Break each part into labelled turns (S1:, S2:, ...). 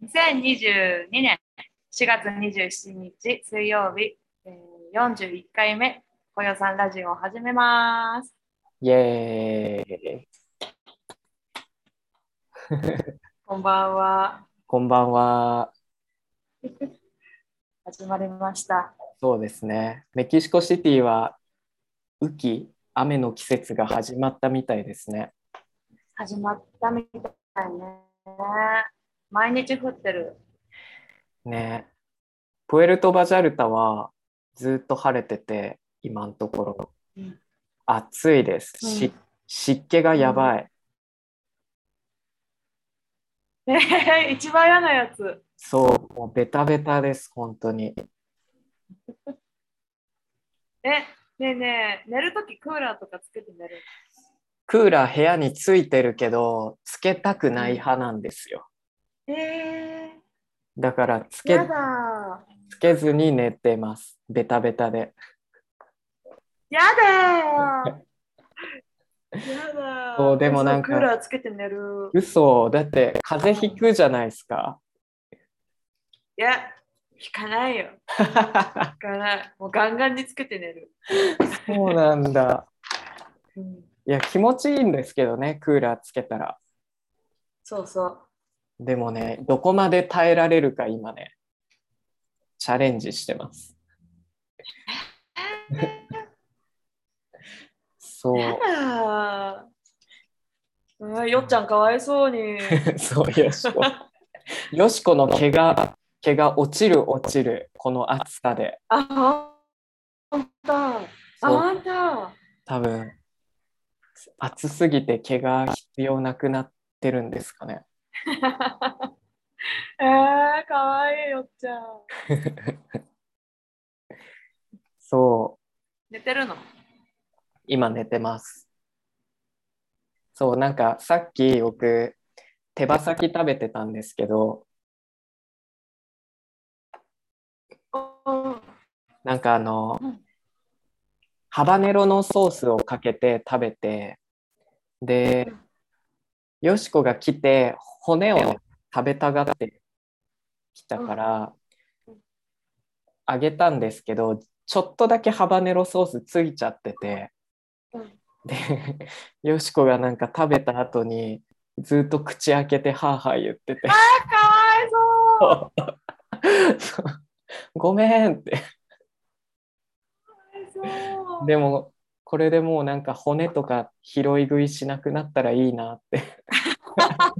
S1: 2022年4月27日水曜日、えー、41回目、こよさんラジオを始めます。
S2: イエーイ。
S1: こんばんは。
S2: こんばんは。
S1: 始まりました。
S2: そうですね。メキシコシティは雨季、雨の季節が始まったみたいですね。
S1: 始まったみたいね。毎日降ってる。
S2: ね。プエルトバジャルタはずっと晴れてて、今のところ。
S1: うん
S2: 暑いです。
S1: うん
S2: し湿気がやばい。
S1: えー、一番嫌なやつ。
S2: そう、もうベタベタです、本当に。
S1: え、ねえねえ、寝るときクーラーとかつけて寝る。
S2: クーラー部屋についてるけど、つけたくない派なんですよ。
S1: え
S2: だからつ
S1: ー、
S2: け
S1: やだ
S2: つけずに寝てます。ベタベタで。
S1: や だーやだー
S2: そうでもなんか
S1: クーラーつけて寝る。
S2: 嘘だって風邪ひくじゃないですか。
S1: いや、引かないよ。引かない。もうガンガンにつけて寝る。
S2: そうなんだ。
S1: うん、
S2: いや気持ちいいんですけどねクーラーつけたら。
S1: そうそう。
S2: でもねどこまで耐えられるか今ねチャレンジしてます。そう
S1: やだーうわよっちゃんかわいそう に。
S2: そうよしこ。よしこの毛が毛が落ちる落ちるこの暑さで
S1: あ、ほんと。あ、
S2: そう
S1: ほんと。
S2: 多分暑すぎて毛が必要なくなってるんですかね。
S1: えー、かわいいよっちゃん。
S2: そう、
S1: 寝てるの
S2: 今寝てます。そう、なんかさっき僕、手羽先食べてたんですけど、
S1: うん
S2: なんかあの
S1: うん、
S2: ハバネロのソースをかけて食べて、で、よしこが来て、骨を食べたがってきたから
S1: うんうん、
S2: あげたんですけど、ちょっとだけハバネロソースついちゃってて、
S1: うん
S2: で、よしこがなんか食べた後に、ずっと口開けて、はあはあ言ってて、
S1: かわいそう。
S2: そうごめんって。
S1: かわいそう
S2: でもこれでもうなんか骨とか拾い食いしなくなったらいいなって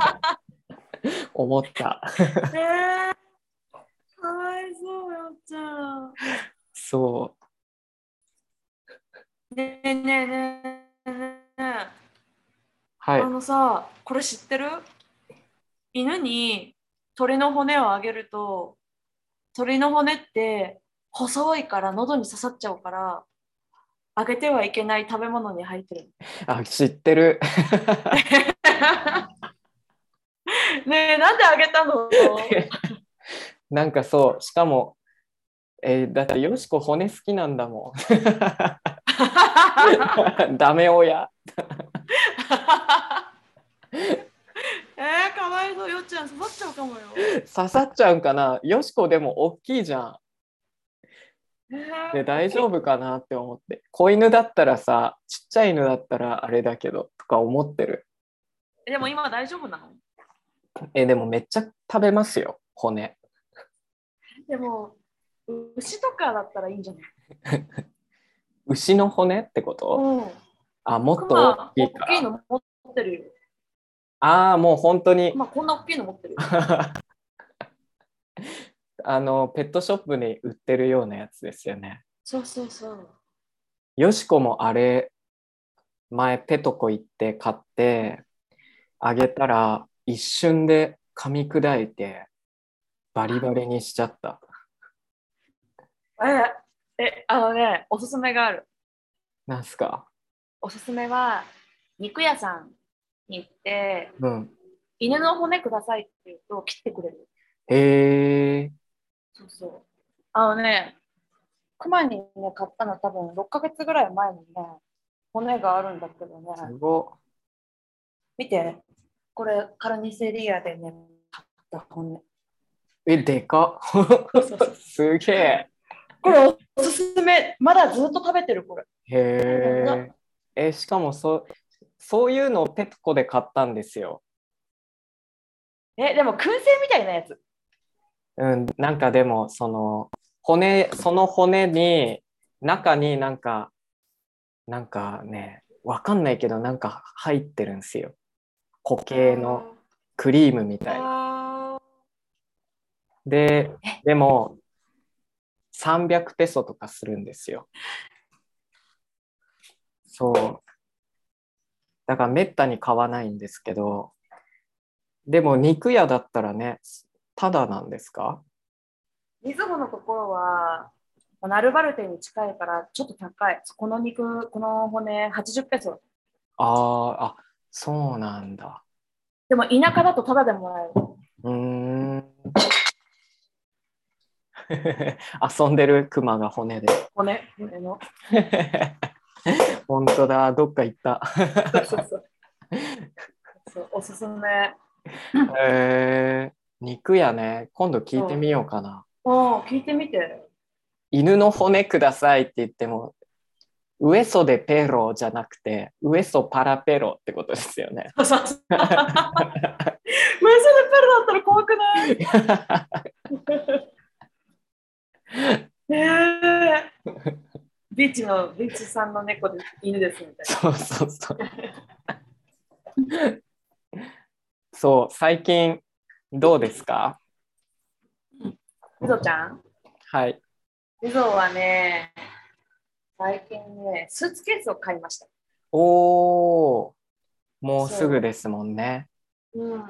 S2: 思った
S1: ねえかわいそうよっちゃん。
S2: そ
S1: ねえねえねえねえ、
S2: うはい
S1: あのさこれ知ってる犬に鳥の骨をあげると鳥の骨って細いから喉に刺さっちゃうからあげてはいけない食べ物に入って る
S2: あ知ってる
S1: ねえなんであげた の
S2: なんかそうしかもえーだってよしこ骨好きなんだもん ダメ親
S1: えー、かわいそうよっちゃん刺さっちゃうかもよ、
S2: 刺さっちゃうんかなよしこでも大きいじゃん
S1: えー
S2: で大丈夫かなって思って子犬だったらさちっちゃい犬だったらあれだけどとか思ってる
S1: でも今大丈夫なの
S2: えでもめっちゃ食べますよ骨
S1: でも牛とかだったらいいんじゃない
S2: 牛の骨ってこと、
S1: うん。
S2: あもっと
S1: まあ
S2: 大きいか
S1: 大きい
S2: ら
S1: の持ってるよ。
S2: ああもう本当に
S1: まあこんな大きいの持ってるよ。
S2: あのペットショップに売ってるようなやつですよね
S1: そうそうそう。
S2: よしこもあれ前ペトコ行って買ってあげたら一瞬で噛み砕いてバリバリにしちゃった
S1: え、え、あのね、おすすめがある。
S2: なんすか
S1: おすすめは、肉屋さんに行って、
S2: うん
S1: 犬の骨くださいって言うと切ってくれる。
S2: へえ
S1: そうそう。あのね、熊にね、買ったの多分6ヶ月ぐらい前にね、骨があるんだけど
S2: す
S1: ね。
S2: ごっ
S1: 見て、これカルニセリアでね、買った骨。
S2: え、でかっすげえ。
S1: これおすすめ。まだずっと食べてる、これ。
S2: へえ。え、しかもそ、そういうのをペトコで買ったんですよ。
S1: え、でも燻製みたいなやつ。
S2: うん、なんかでも、その、骨、その骨に、中になんか、なんかね、わかんないけど、なんか入ってるんですよ。固形のクリームみたいな。
S1: あ
S2: で
S1: え、
S2: でも、300ペソとかするんですよ。そう。だからめったに買わないんですけど、でも肉屋だったらね、ただなんですか
S1: ー。みずほのところは、ナルバルテに近いから、ちょっと高い。この肉、この骨、80ペソ。
S2: あーあ、そうなんだ。
S1: でも田舎だとタダでもらえる。
S2: うーん。 遊んでるクマが骨で。
S1: 骨、骨の。
S2: 本当だ、どっか行った。
S1: そうそうそう。そうおすすめ。
S2: えー、肉やね今度聞いてみようかな、
S1: おー聞いてみて。
S2: 犬の骨くださいって言ってもウエソでペロじゃなくてウエソパラペロってことです よね
S1: そうそうそう。マジでペルだったら怖くない。ねえ。ビーチのビーチさんの猫で犬ですみたいな。
S2: そうそうそうそう最近どうですか
S1: みぞちゃん。
S2: はい
S1: みぞはね。最近ね、スーツケースを買いました。
S2: おーもうすぐですもんね
S1: うん。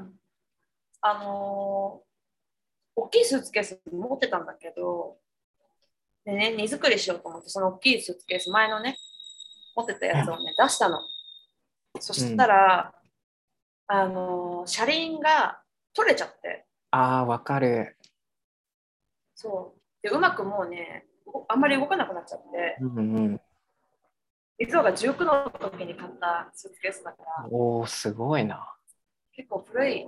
S1: あのー大きいスーツケース持ってたんだけど、でね、荷造りしようと思って、その大きいスーツケース、前のね、持ってたやつをね、出したの。そしたら、あのー車輪が取れちゃって、
S2: あーわかる、
S1: そう。で、うまくもうね、あんまり動かなくなっちゃって、
S2: うんうん、
S1: 実はが19の時に買ったスーツケースだから、
S2: おーすごいな
S1: 結構古い。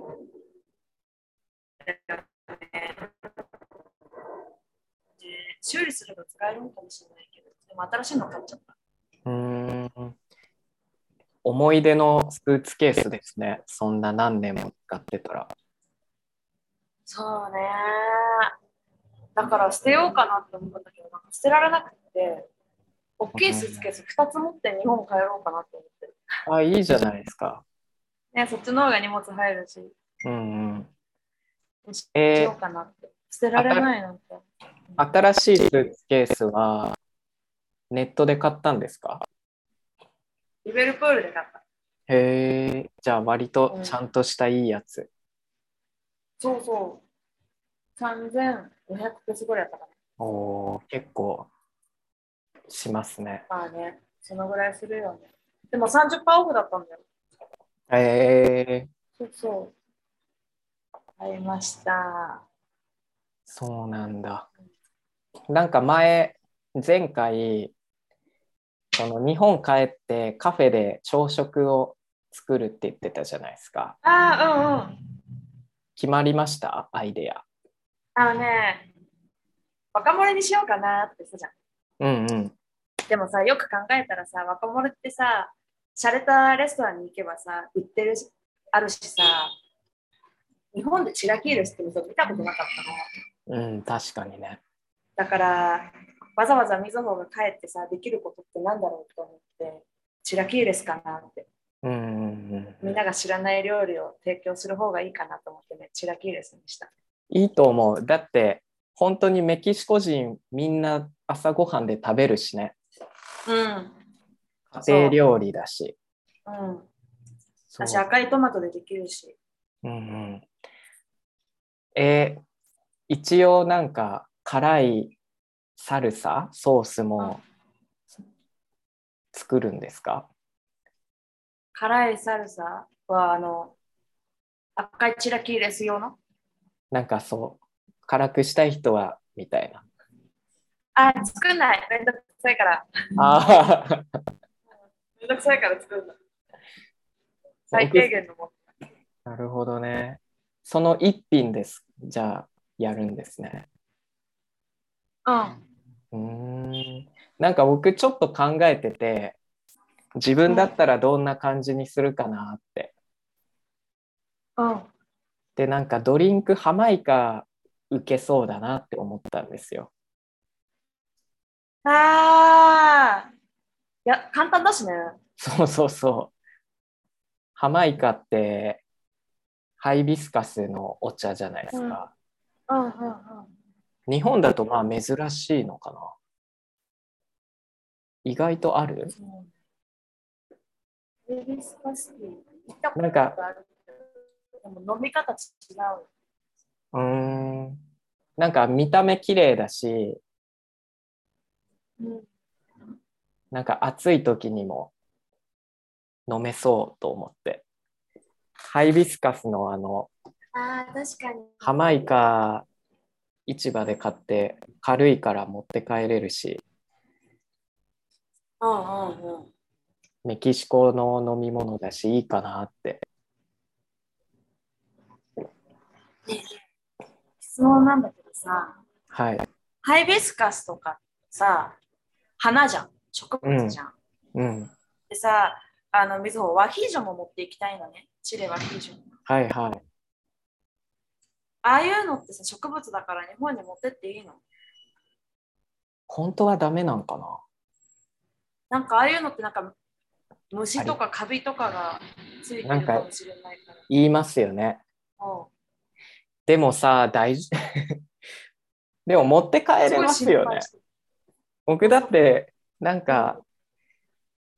S1: ね修理すれば使えるのかもしれないけど、でも新しいの買っちゃった。
S2: うーん思い出のスーツケースですね。そんな何年も使ってたら。
S1: そうね。だから捨てようかなって思ったんだけど、なんか捨てられなくて、大きいスーツケース2つ持って日本帰ろうかなって思ってる。
S2: あ、いいじゃないですか。
S1: ね、そっちの方が荷物入るし、
S2: うんうん。
S1: どうし
S2: え
S1: ようかなって。捨てられないなんて。
S2: 新しいスーツケースはネットで買ったんですか
S1: リベルプールで買った。
S2: へえ、じゃあ割とちゃんとしたいいやつ。
S1: そうそう。3500ペースぐらいだったかな。
S2: おお結構しますね。
S1: まあね、そのぐらいするよね。でも30%オフだったんだよ。
S2: へえ、
S1: そうそう。買いました。
S2: そうなんだ。なんか前、前回、その日本帰ってカフェで朝食を作るって言ってたじゃないですか。
S1: ああ、うんうん。
S2: 決まりましたアイデア。
S1: あのね、若者にしようかなってさじゃん。
S2: うんうん。
S1: でもさ、よく考えたらさ、若者ってさ、洒落たレストランに行けばさ、売ってるし、あるしさ、日本でチラキールしてる人見たことなかったの。
S2: うん、確かにね。
S1: だから、わざわざみずほが帰ってさ、できることってなんだろうと思って、チラキーレスかなって。
S2: うんうんう
S1: みん
S2: ん。
S1: なが知らない料理を提供する方がいいかなと思ってね、チラキーレスにした。
S2: いいと思う。だって、本当にメキシコ人みんな朝ごはんで食べるしね。
S1: うん。
S2: 家庭料理だし。
S1: うん。
S2: そう
S1: 私、赤いトマトでできるし。
S2: うんうん。えー一応なんか辛いサルサソースも作るんですか
S1: 辛いサルサは、あの、赤いチラキーレス用の
S2: なんかそう辛くしたい人はみたいな。
S1: あ、作んない。めんどくさいから。
S2: あー
S1: めんどくさいから作るの。最低限のもの。
S2: なるほどね。その一品です。じゃあやるんですね。
S1: うん。
S2: うーんなんか僕ちょっと考えてて自分だったらどんな感じにするかなって。
S1: うん。
S2: でなんかドリンクハマイカ受けそうだなって思ったんですよ。
S1: ああ。いや、簡単だしね。
S2: そうそうそう。ハマイカってハイビスカスのお茶じゃないですか。
S1: うんうんうん。
S2: 日本だとまあ珍しいのかな。意外とある
S1: そうイギリスパスティー行ったこと
S2: なんか
S1: あるけどでも飲み方違う。
S2: うーん。なんか見た目綺麗だし、
S1: うん、
S2: なんか暑い時にも飲めそうと思って。ハイビスカスのあの、
S1: ああ、確かに。
S2: ハマイカ市場で買って軽いから持って帰れるし、
S1: うんうんうん。
S2: メキシコの飲み物だしいいかなって。
S1: 質問なんだけどさ、
S2: はい。
S1: ハイビスカスとかさ、花じゃん。植物じゃん。
S2: うん。
S1: でさ、あの、みずほ、ワヒージョも持っていきたいのね。チレワヒージョ。
S2: はいはい。
S1: ああいうのってさ、植物だから日本に持ってっていいの
S2: 本当はダメなんか
S1: な
S2: な
S1: んかああいうのってなんか虫とかカビとかがついてるかもしれないから。
S2: 言いますよね。
S1: うん
S2: でもさ、大事。 でも持って帰れますよね。
S1: す
S2: 僕だって、なんか、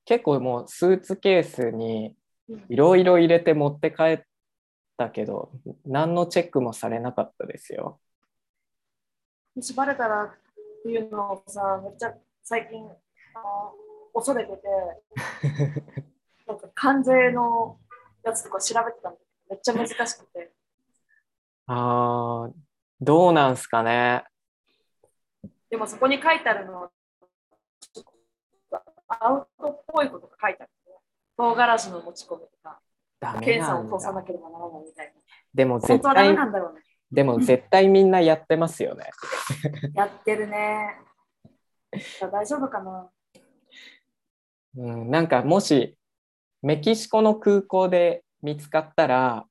S2: 結構もうスーツケースに
S1: ごい心配して
S2: いろいろ入れて持って帰ったけど何のチェックもされなかったですよ。
S1: うんもしバレたらっていうのをさ、めっちゃ最近あの恐れてて、なんか関税のやつとか調べてたんだけど、めっちゃ難しくて。
S2: あーどうなんすかね。
S1: でもそこに書いてあるのは、ちょっとアウトっぽいことが書いてあるね。唐辛子の持ち込みとか、
S2: ダメ
S1: 検査
S2: な
S1: を
S2: ん
S1: 通さな
S2: だ。
S1: ければならないみたいな。
S2: でも
S1: 本
S2: 絶
S1: 当はダメ
S2: 対
S1: なんだろうね。
S2: でも絶対みんなやってますよね。
S1: やってる ね。じゃあ大丈夫かな
S2: うん、なんかもしメキシコの空港で見つかったら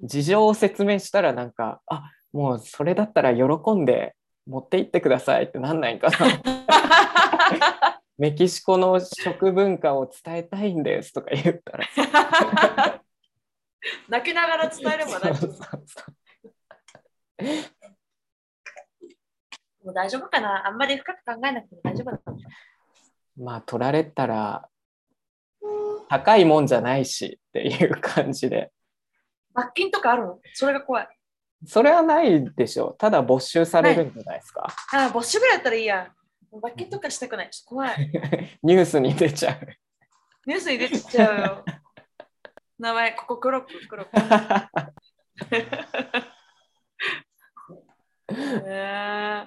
S2: 事情を説明したらなんかあもうそれだったら喜んで持って行ってくださいってなんな いかな。メキシコの食文化を伝えたいんですとか言ったら
S1: 泣きながら伝えれば大丈
S2: そう
S1: 夫。で
S2: そうそう
S1: も大丈夫かなあんまり深く考えなくても大丈夫だ
S2: まあ取られたら高いもんじゃないしっていう感じで
S1: 罰金とかあるのそれが怖い。
S2: それはないでしょうただ没収されるんじゃないですか、
S1: ああ、ボッシュぐらいだったらいいや。罰金とかしたくない。ちょっと怖い。
S2: ニュースに出ちゃう
S1: ニュースに出てきちゃうよ。名前、ここ黒く、黒く。ねえ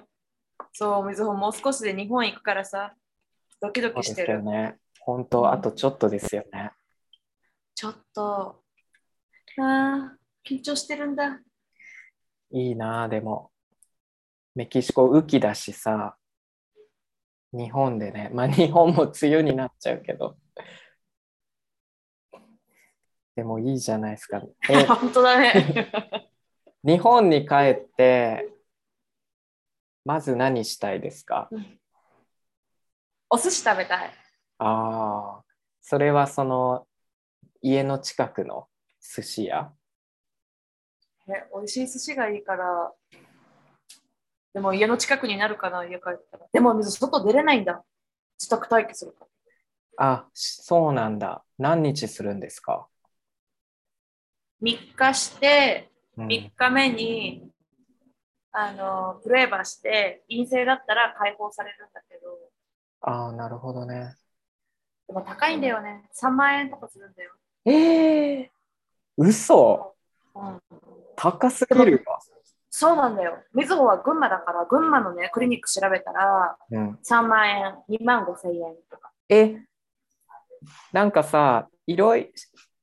S1: そう、みずほ、もう少しで日本行くからさ、ドキド
S2: そう
S1: キし
S2: です
S1: て
S2: よ
S1: る。
S2: ね本当あとちょっとですよね
S1: ちょっと、ああ、緊張してるんだ。
S2: いいなあでもメキシコ雨季だしさ日本でねまあ日本も梅雨になっちゃうけどでもいいじゃないですか、え
S1: 本当だね。
S2: 日本に帰ってまず何したいですか
S1: お寿司食べたい。
S2: ああそれはその家の近くの寿司屋
S1: ね、美味しい寿司がいいから、でも家の近くになるかな、家帰ったら。でも水、外出れないんだ。自宅待機するから。
S2: あしそうなんだ何日するんですか、
S1: 3日して、
S2: うん
S1: 3日目に、あの、プレーバーして、陰性だったら解放されるんだけど、
S2: ああなるほどね
S1: でも高いんだよね。3万円とかするんだよ。
S2: ええ嘘
S1: うん。
S2: 高すぎるわ。
S1: そうなんだよ。みずほは群馬だから、群馬のね、クリニック調べたら、
S2: うん、
S1: 3万円、2万5千円とか。
S2: えなんかさいろい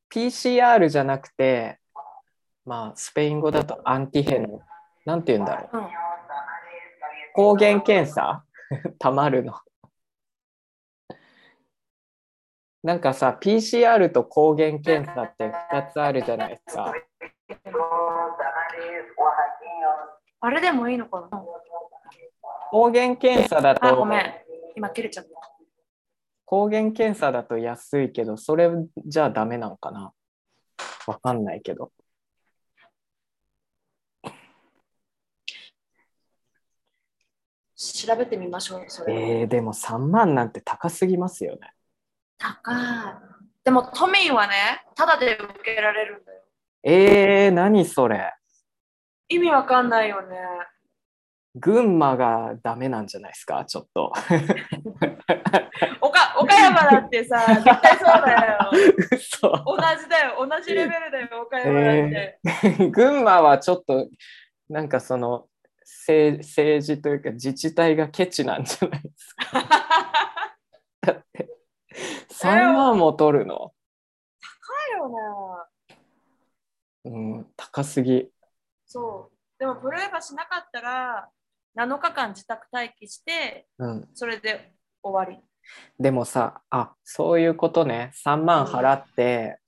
S2: PCR じゃなくてまあスペイン語だとアンティヘンなんて言うんだろう。
S1: うん
S2: 抗原検査 たまるの。なんかさ、PCR と抗原検査って2つあるじゃないですか。
S1: あれでもいいのかな
S2: 抗原検査だ
S1: あ、ご
S2: と、
S1: めん。今切れちゃった。
S2: 抗原検査だと安いけど、それじゃダメなのかなわかんないけど。
S1: 調べてみましょう、それ。
S2: えー、でも3万なんて高すぎますよね。
S1: 高い。でも都民はね、ただで受けられるんだよ。
S2: えー、何それ。
S1: 意味わかんないよね。
S2: 群馬がダメなんじゃないですかちょっと。
S1: おか岡山だって さ、絶対そうだよ。
S2: 嘘。
S1: 同じだよ、同じレベルだよ、岡山だって。
S2: 群馬はちょっとなんかその政政治というか自治体がケチなんじゃないですか3万も取るの、
S1: だよね。
S2: うん、高すぎ
S1: そう。でも、プレーバーしなかったら、7日間自宅待機して、
S2: うん、
S1: それで終わり。
S2: でもさあそういうことね3万払って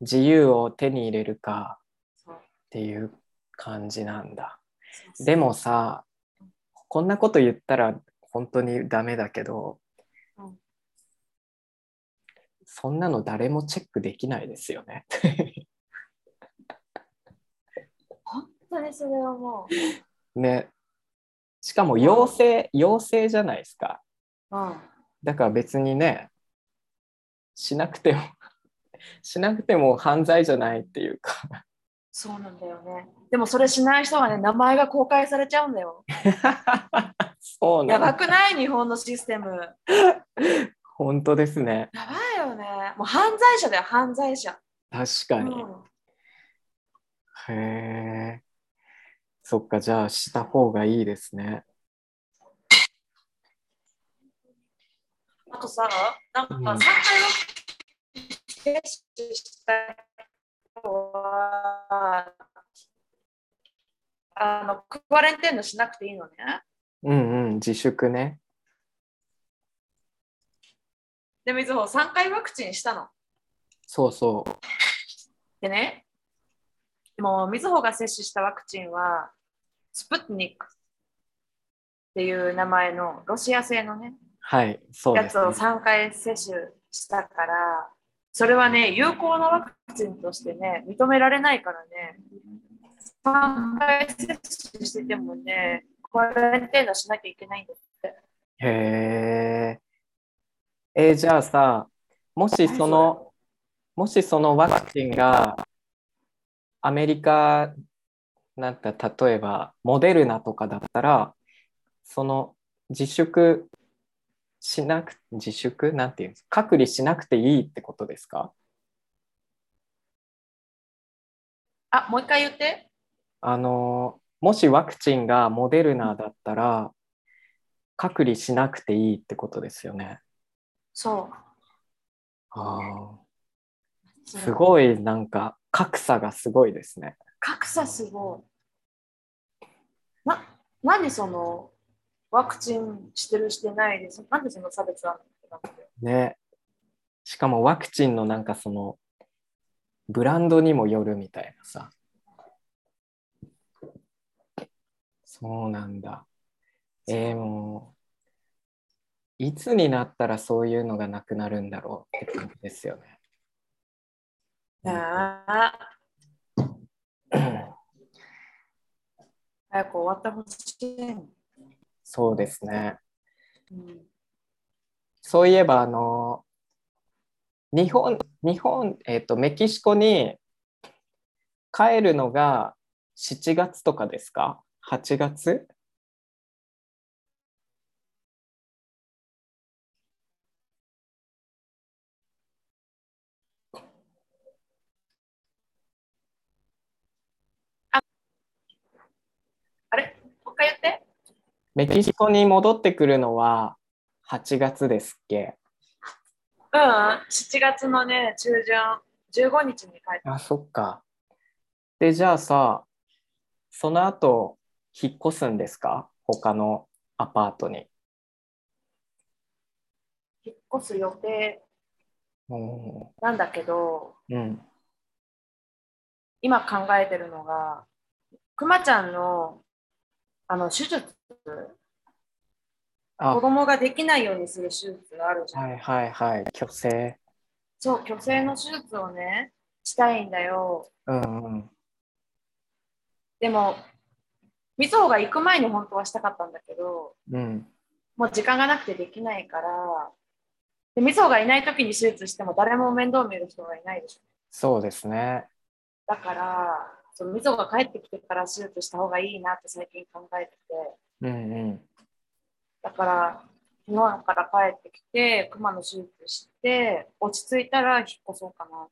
S2: 自由を手に入れるか
S1: そう
S2: っていう感じなんだ
S1: そうそう
S2: でもさこんなこと言ったら本当にダメだけど、
S1: うん
S2: そんなの誰もチェックできないですよね。
S1: 本当にそれはもう。
S2: ねしかも陽性陽性じゃないですか
S1: うん
S2: だから別にねしなくても しなくても犯罪じゃないっていうか
S1: そうなんだよね。でもそれしない人はね、名前が公開されちゃうんだよ。
S2: そう
S1: や
S2: な
S1: ば
S2: の
S1: くない日本のシステム。や
S2: 本当ですね
S1: ばいよね。もう犯罪者だよ、犯罪者。
S2: 確
S1: う
S2: かに、
S1: ん、
S2: へえそっかじゃあした方がいいですね
S1: あとさ、なんか
S2: う
S1: 3
S2: ん
S1: 回ワクチン接種した人は、あの、クワレンテーンのしなくていいのね。
S2: うんうん自粛ね
S1: で、みずほ、3回ワクチンしたの。
S2: そうそう
S1: でね、でも、みずほが接種したワクチンは、スプッニックっていう名前のロシア製のね、
S2: はいそう
S1: や
S2: で
S1: つ
S2: す、
S1: を
S2: ね、
S1: 3回接種したから、それはね、有効なワクチンとしてね、認められないからね、3回接種しててもね、これンテーナしなきゃいけないんだよ。
S2: へええーじゃあさもしそのもしそのワクチンがアメリカなんか例えばモデルナとかだったらその自粛しなく自粛なんていうんですか隔離しなくていいってことですか
S1: あ、もう一回言って。
S2: あのもしワクチンがモデルナだったら隔離しなくていいってことですよね。
S1: そう。
S2: あーすごいなんか格差がすごいですね。
S1: 格差すごい。な、何その、ワクチンしてるしてないで、そなんでその差別あるの
S2: ね。しかもワクチンのなんかそのブランドにもよるみたいなさ。そうなんだ。えー、もういつになったらそういうのがなくなるんだろうって感じですよね。
S1: ねえ早く終わってほしい。
S2: そうですね。
S1: うん
S2: そういえばあの日本日本えっ、とメキシコに帰るのが7月とかですか8月
S1: もう一回言って。
S2: メキシコに戻ってくるのは8月ですっけ
S1: うん、7月のね、中旬、15日に帰って。
S2: あそっかでじゃあさその後引っ越すんですか他のアパートに。
S1: 引っ越す予定
S2: お
S1: なんだけど、
S2: ーうん。
S1: 今考えてるのが、くまちゃんのあの手術、
S2: あ、
S1: 子
S2: は
S1: 供ができないようにする手術があるじゃん。
S2: いはいはい。虚勢。
S1: そう、虚勢の手術をね、したいんだよ。
S2: うんうん。
S1: でも、みそが行く前に本当はしたかったんだけど、
S2: うん。
S1: もう時間がなくてできないから、でみそがいない時に手術しても誰も面倒見る人がいないでしょ。
S2: そうですね。
S1: だから、そのみそが帰ってきてから手術した方がいいなって最近考えてて、
S2: うんうん。
S1: だから、日本から帰ってきて、熊の手術して、落ち着いたら引っ越そうかな。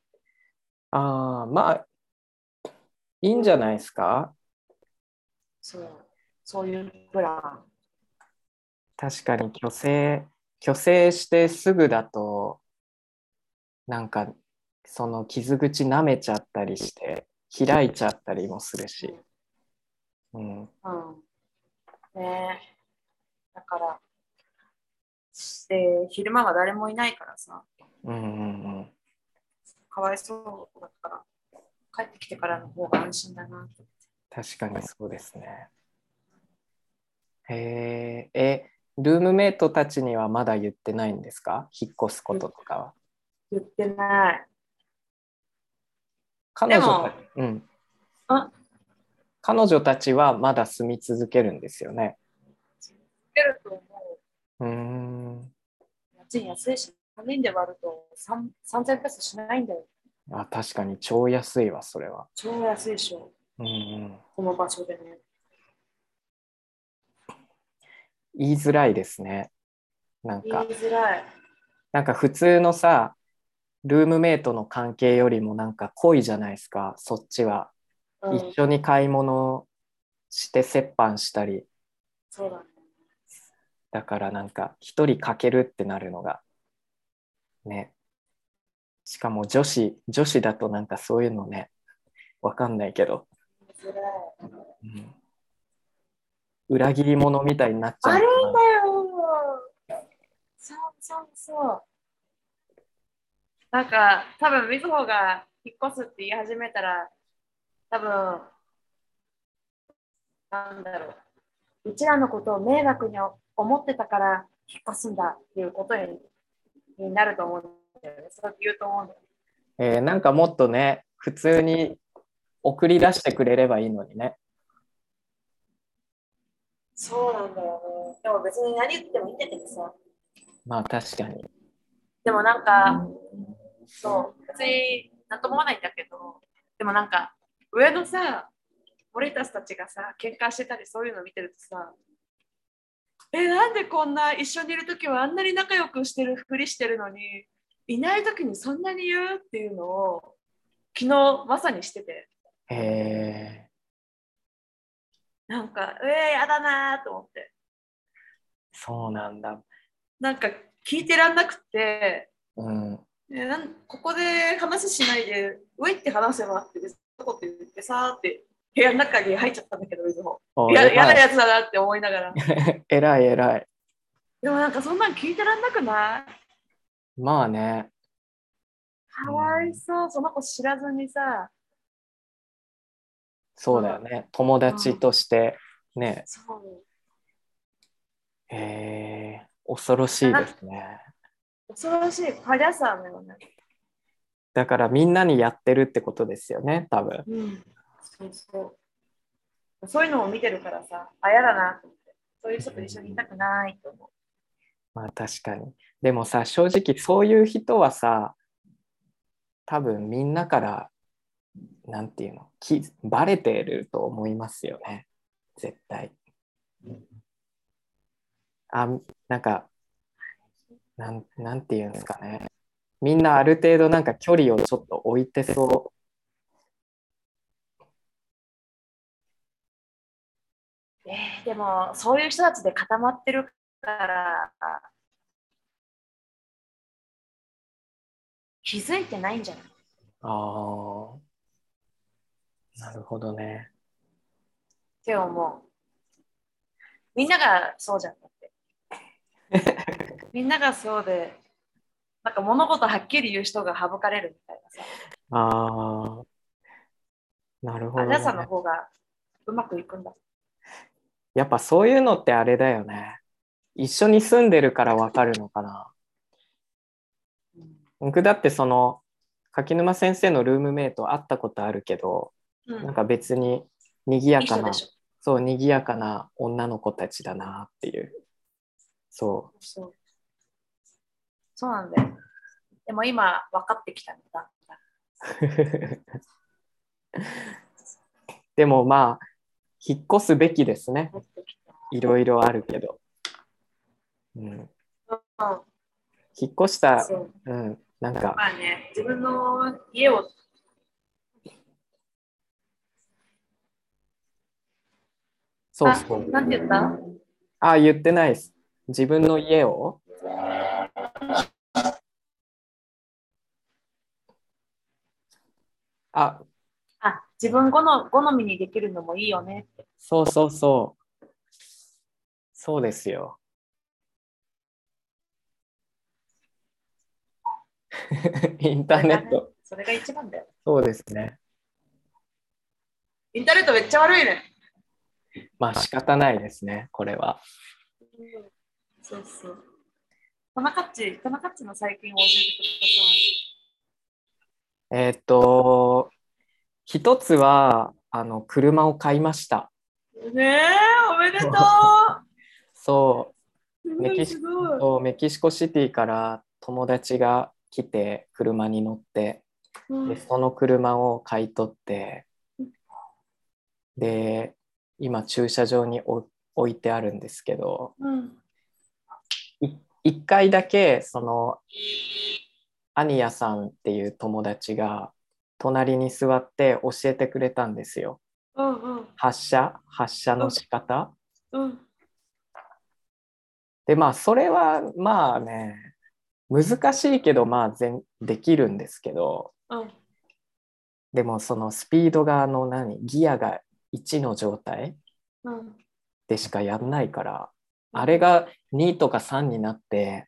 S2: ああ、まあ、いいんじゃないですか
S1: そうそういうプラン。
S2: 確かに虚勢、虚勢してすぐだと、なんか、その傷口舐めちゃったりして、開いちゃったりもするし。うん。
S1: うん。ねえ。だから、で、昼間は誰もいないからさ、
S2: うんうんうん。
S1: かわいそうだから、帰ってきてからの方が安心だな。
S2: 確かにそうですね。へえ、え、ルームメイトたちにはまだ言ってないんですか引っ越すこととかは。
S1: 言ってない。
S2: 彼女
S1: でも
S2: たち、うん
S1: あ。
S2: 彼女たちはまだ住み続けるんですよね。
S1: 出ると思う。
S2: うーん。
S1: 家賃安いし、3人で割ると3 3000ペースしないんだよ。
S2: あ、確かに超安いわ、それは。
S1: 超安いでしょ、
S2: うんうん。
S1: この場所でね。
S2: 言いづらいですね。なん
S1: 言
S2: か
S1: い、づらい。
S2: なんか普通のさ、ルームメイトの関係よりもなんか濃いじゃないですか、そっちは。
S1: うん、
S2: 一緒に買い物して折半したり、
S1: そうだね。
S2: だからなんか一人欠けるってなるのがねしかも女子女子だとなんかそういうのねわかんないけど、
S1: 言いづらい。
S2: うん裏切り者みたいになっちゃ
S1: あ
S2: う
S1: る
S2: の
S1: ん
S2: か
S1: だよそうそうそう。なんか、多分みずほが引っ越すって言い始めたら、多分なんだろう。うちらのことを迷惑に思ってたから引っ越すんだっていうことにになると思うんだよね。そう言うと思うんだよね。
S2: な、えーなんかもっとね普通に送り出してくれればいいのにね
S1: そうなんだよね。でも別に何言ってもいいんだけどさ。
S2: まあ確かに
S1: でもなんか、そう、別になんとも思わないんだけど、でもなんか、上のさ、俺たちたちがさ、喧嘩してたりそういうの見てるとさ、え、なんでこんな一緒にいるときはあんなに仲良くしてるふりしてるのに、いないときにそんなに言うっていうのを、昨日まさにしてて、
S2: えー
S1: なんか、うえやだなーと思って、
S2: そうなんだ
S1: なんか聞いてらんなくって、
S2: うん
S1: ねなんここで話しないで、ウェイって話せばって、でそこって言ってさーって、部屋の中に入っちゃったんだけど、いつも。
S2: お
S1: や
S2: 偉い
S1: やなやつだなって思いながら。
S2: 偉い偉い
S1: でもなんかそんなん聞いてらんなくない
S2: まあね
S1: かわいそう、その子知らずにさ、
S2: そうだよね友達としてね、
S1: そう
S2: へえ、恐ろしいですね。
S1: 恐ろしいパリャさんだよね。
S2: だからみんなにやってるってことですよね、多分。
S1: うん、そうそう。そういうのを見てるからさ、あ、やだなと思って。そういう人と一緒にいたくないと思う。
S2: まあ確かに。でもさ、正直そういう人はさ、多分みんなから、なんていうの、きバレてると思いますよね、絶対。あ、なんか、なんなんていうんですかね。みんなある程度なんか距離をちょっと置いてそう。
S1: えーでも、そういう人たちで固まってるから、気づいてないんじゃない
S2: ああ、なるほどね。
S1: って思う。みんながそうじゃんだって。 みんながそうで、なんか物事はっきり言う人が省かれるみたいなさ。
S2: ああ。なるほ
S1: あ
S2: ど、
S1: なさんの
S2: ね。
S1: 方がうまくいくんだ。
S2: やっぱそういうのってあれだよね。一緒に住んでるからわかるのかな。僕だってその柿沼先生のルームメイト会ったことあるけど、
S1: うん、
S2: なんか別に賑
S1: いい
S2: やか
S1: 人
S2: な
S1: でしょ。
S2: そう賑やかな女の子たちだなっていうそ
S1: そう。そうなんだよ。でも今分かってきたんだ。
S2: う でもまあ引っ越すべきですね
S1: 分かってき
S2: いろいろあるけど、うん、
S1: た。うん
S2: 引っ越した
S1: そう
S2: うんなんか
S1: まあね、自分の家を
S2: そうそう
S1: なんて言った
S2: あ言ってないです自分の家をあ
S1: あ自分好の好みにできるのもいいよねって。
S2: そうそうそう。そうですよ。 インターネット、
S1: それが一番だよ。
S2: そうですね。
S1: インターネットめっちゃ悪いね。
S2: まあ仕方ないですね、これは。
S1: そうそう。トナカッチ、トナカッチの最近を教えてください。
S2: えーっと、一つは、あの、車を買いました。
S1: ねえ、おめでとう
S2: そ
S1: す
S2: メ
S1: ご
S2: キ
S1: い
S2: シ
S1: すご
S2: う、
S1: い。
S2: そうメキシコシティから友達が来て、車に乗って、
S1: うん
S2: でその車を買い取ってで今駐車場に置置いてあるんですけど
S1: うん
S2: 1回だけそのアニヤさんっていう友達が隣に座って教えてくれたんですよ
S1: うんうん
S2: 発車発車の仕方
S1: うん
S2: でまあそれはまあね難しいけどまあ全できるんですけど
S1: うん
S2: でもそのスピードがあの何ギアが1の状態
S1: うん
S2: でしかやんないから、あれが2とか3になって、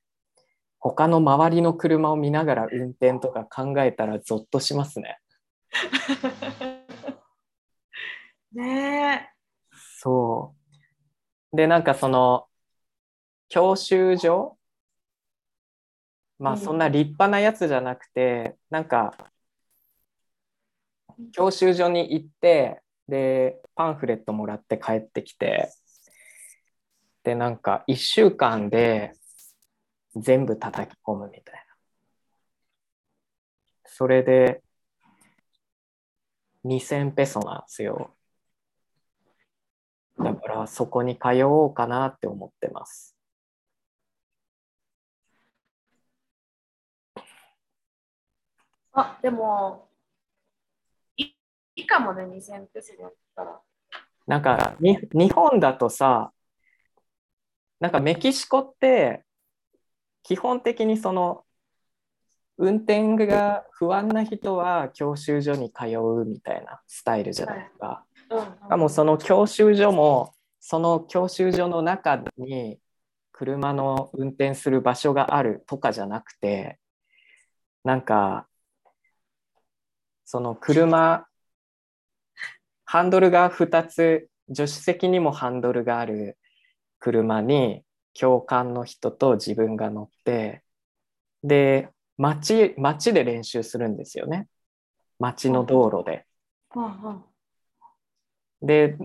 S2: 他の周りの車を見ながら運転とか考えたらゾッとしますね。
S1: ね
S2: そう。で、なんかその、教習所ま
S1: う
S2: あ
S1: ん
S2: そんな立派なやつじゃなくて、なんか、教習所に行って、で、パンフレットもらって帰ってきて、で、なんか1週間で全部叩き込むみたいな。それで、2000ペソなんですよ。だからそこに通おうかなって思ってます。
S1: あでもいいいかもね2000ペソだったら
S2: なんかに日本だとさなんかメキシコって基本的にその運転が不安な人は教習所に通うみたいなスタイルじゃないですか。
S1: うん
S2: しかもその教習所もその教習所の中に車の運転する場所があるとかじゃなくてなんかその車ハンドルが2つ助手席にもハンドルがある車に教官の人と自分が乗ってで街街で練習するんですよね街の道路で。
S1: うんうん
S2: で、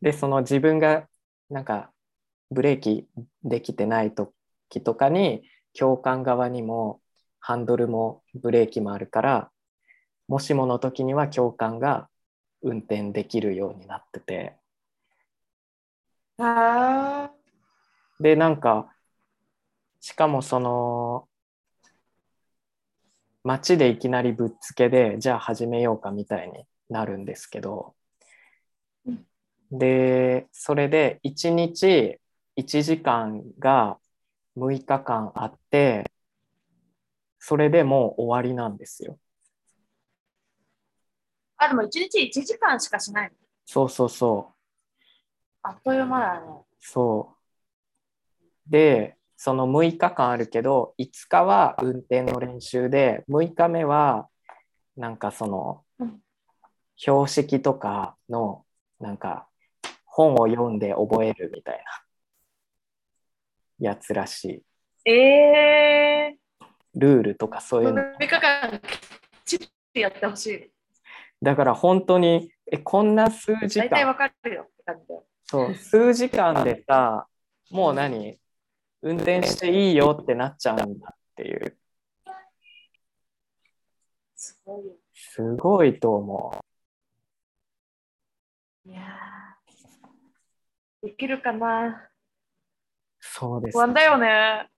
S2: で、その自分がなんかブレーキできてない時とかに、教官側にもハンドルもブレーキもあるから、もしもの時には教官が運転できるようになってて、
S1: あ
S2: で、なんか、しかもその、街でいきなりぶっつけで、じゃあ始めようかみたいになるんですけど
S1: うん、
S2: で、それで1日1時間が6日間あって、それでもう終わりなんですよ。
S1: あでも1日1時間しかしない
S2: そうそうそう。
S1: あっという間だね
S2: そう。で、その6日間あるけど、5日は運転の練習で、6日目は、なんかその
S1: うん、
S2: 標識とかの、なんか、本を読んで覚えるみたいなやつらしい。
S1: え
S2: ルールとかそ
S1: ー、
S2: ういう
S1: その
S2: の。
S1: 3日間きっちりやってほしい。
S2: だから本当に、え、こんな数時
S1: 大体
S2: 間、
S1: わかるよって感じだよ。
S2: そう、数時間でさ、もう何運転していいよってなっちゃうんだっていう。
S1: すごいよ。
S2: すごいと思う。
S1: いやーできるかな
S2: そうです
S1: 不。安だよね。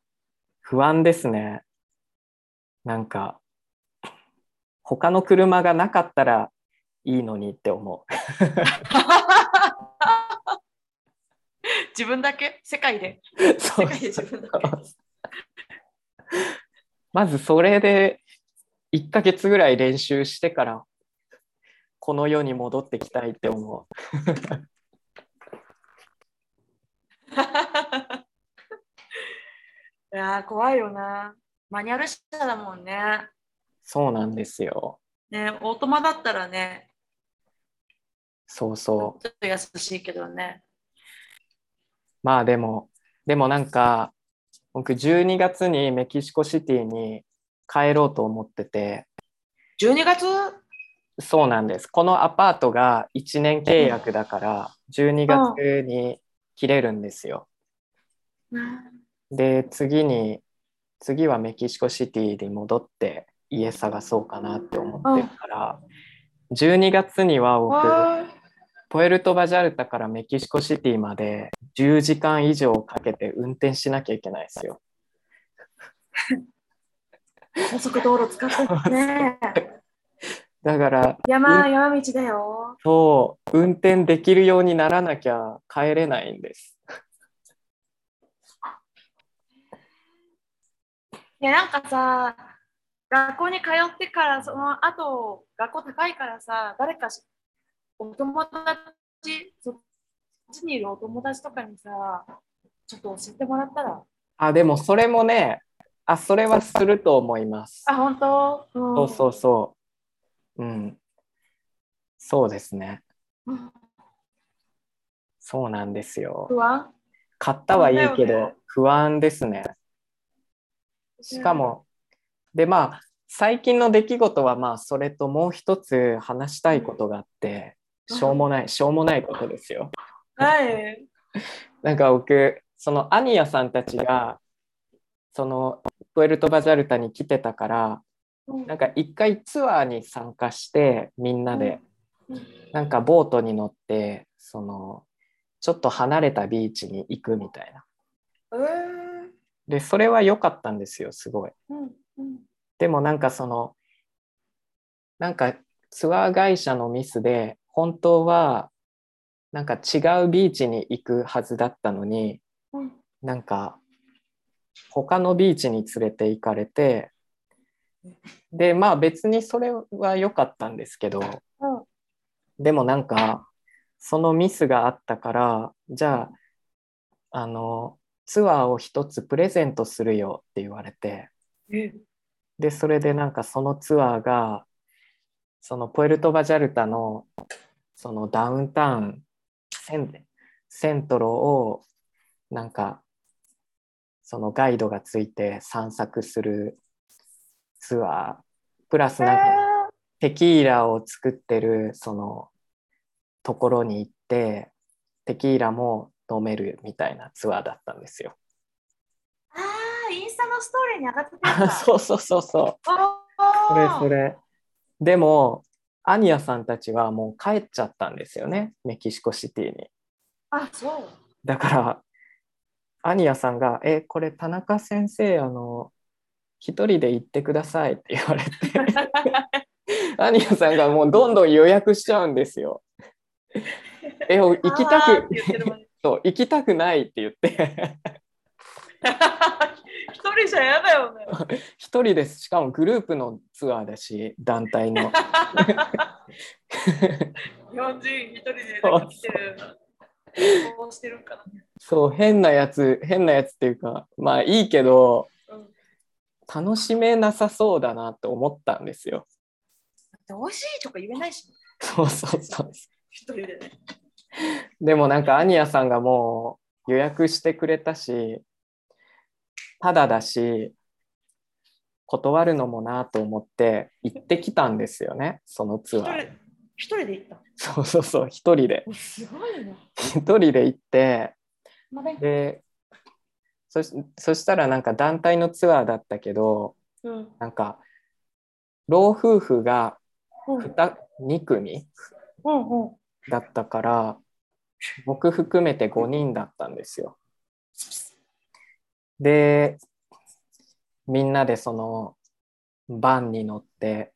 S2: 不安ですね。なんか、他の車がなかったらいいのにって思う。
S1: 自分だけ世界で。
S2: そ
S1: 世
S2: う
S1: 界で自分だけ。
S2: まずそれで1ヶ月ぐらい練習してから、この世に戻ってきたいって思う。
S1: いやー怖いよな。マニュアル車だもんね。
S2: そうなんですよ。
S1: ね、オートマだったらね、
S2: そう
S1: ち
S2: そう
S1: ょ。っと優しいけどね。
S2: まあでも、でもなんか、僕12月にメキシコシティに帰ろうと思ってて、
S1: 12月
S2: そうなんです。このアパートが1年契約だから、12月に切れるんですよ。で、次に、次はメキシコシティに戻って家探そうかなって思ってるから、12月には僕、
S1: わ
S2: ポエルトバジャルタからメキシコシティまで10時間以上かけて運転しなきゃいけないですよ。
S1: ー高速道路使ってね。
S2: だから、
S1: 山、山道だよ。
S2: そう、運転できるようにならなきゃ帰れないんです。
S1: いや、なんかさ、学校に通ってから、その後、学校高いからさ、誰かしお友達、そっちにいるお友達とかにさ、ちょっと教えてもらったら。
S2: あ、でもそれもね、あ、それはすると思います。
S1: あ、本当、うん
S2: そうそうそう。うん。そうですね。
S1: うん
S2: そうなんですよ。
S1: 不安
S2: 買ったはいいけ
S1: 不安だよ
S2: ど
S1: ね、
S2: 不安ですね。しかも、で、まあ、最近の出来事は、まあ、それともう一つ話したいことがあって、
S1: うん
S2: しょうもない、しょうもないことですよ。
S1: はい。
S2: なんか僕そのアニヤさんたちがそのプエルトバジャルタに来てたから
S1: うん
S2: なんか一回ツアーに参加してみんなで、
S1: うん
S2: なんかボートに乗ってそのちょっと離れたビーチに行くみたいな
S1: えー
S2: でそれは良かったんですよすごい
S1: うんうん
S2: でもなんかそのなんかツアー会社のミスで本当はなんか違うビーチに行くはずだったのに
S1: うん
S2: なんか他のビーチに連れて行かれてでまあ別にそれは良かったんですけど
S1: うん
S2: でもなんかそのミスがあったからじゃああのツアーを一つプレゼントするよって言われて
S1: え
S2: でそれでなんかそのツアーがそのポエルトバジャルタのそのダウンタウンセンセントロをなんかそのガイドがついて散策するツアープラスなんかテキーラを作ってるそのところに行ってテキーラも飲めるみたいなツアーだったんですよ。
S1: あーインスタのストーリーに上がってたや
S2: あ
S1: つだ
S2: そうそうそうそう。それ
S1: あー
S2: それ。でも、アニヤさんたちはもう帰っちゃったんですよね、メキシコシティに。
S1: あ、そう。
S2: だから、アニヤさんが、え、これ、田中先生、あの、一人で行ってくださいって 言われて、アニヤさんがもうどんどん予約しちゃうんですよ。え、お行きた
S1: あーって
S2: く
S1: 言ってるもんね
S2: そう、行きたくないって言って、
S1: 一人じゃ嫌だよね。
S2: 一人です。しかもグループのツアーだし、団体の。
S1: 日本人一人でなんか来てる。こうしてるんかな。
S2: そう、変なやつ、変なやつっていうか、まあいいけど、
S1: うん
S2: 楽しめなさそうだなって思ったんですよ。
S1: 美味しいとか言えないし、
S2: そうそうそう。
S1: 一人でね。
S2: でもなんかアニヤさんがもう予約してくれたし、ただだし、断るのもなと思って行ってきたんですよね、そのツ
S1: 一
S2: アー。
S1: 人一人で行った。
S2: そうそうそう、一人で。
S1: おすごいな。
S2: 一人で行って、
S1: まだ行っ
S2: で、そしそしたらなんか団体のツアーだったけど、
S1: うん。
S2: なんか、老夫婦が
S1: うん。
S2: 2, 2組
S1: うん。うん。
S2: だったから、僕含めて5人だったんですよ。で、みんなでそのバンに乗って、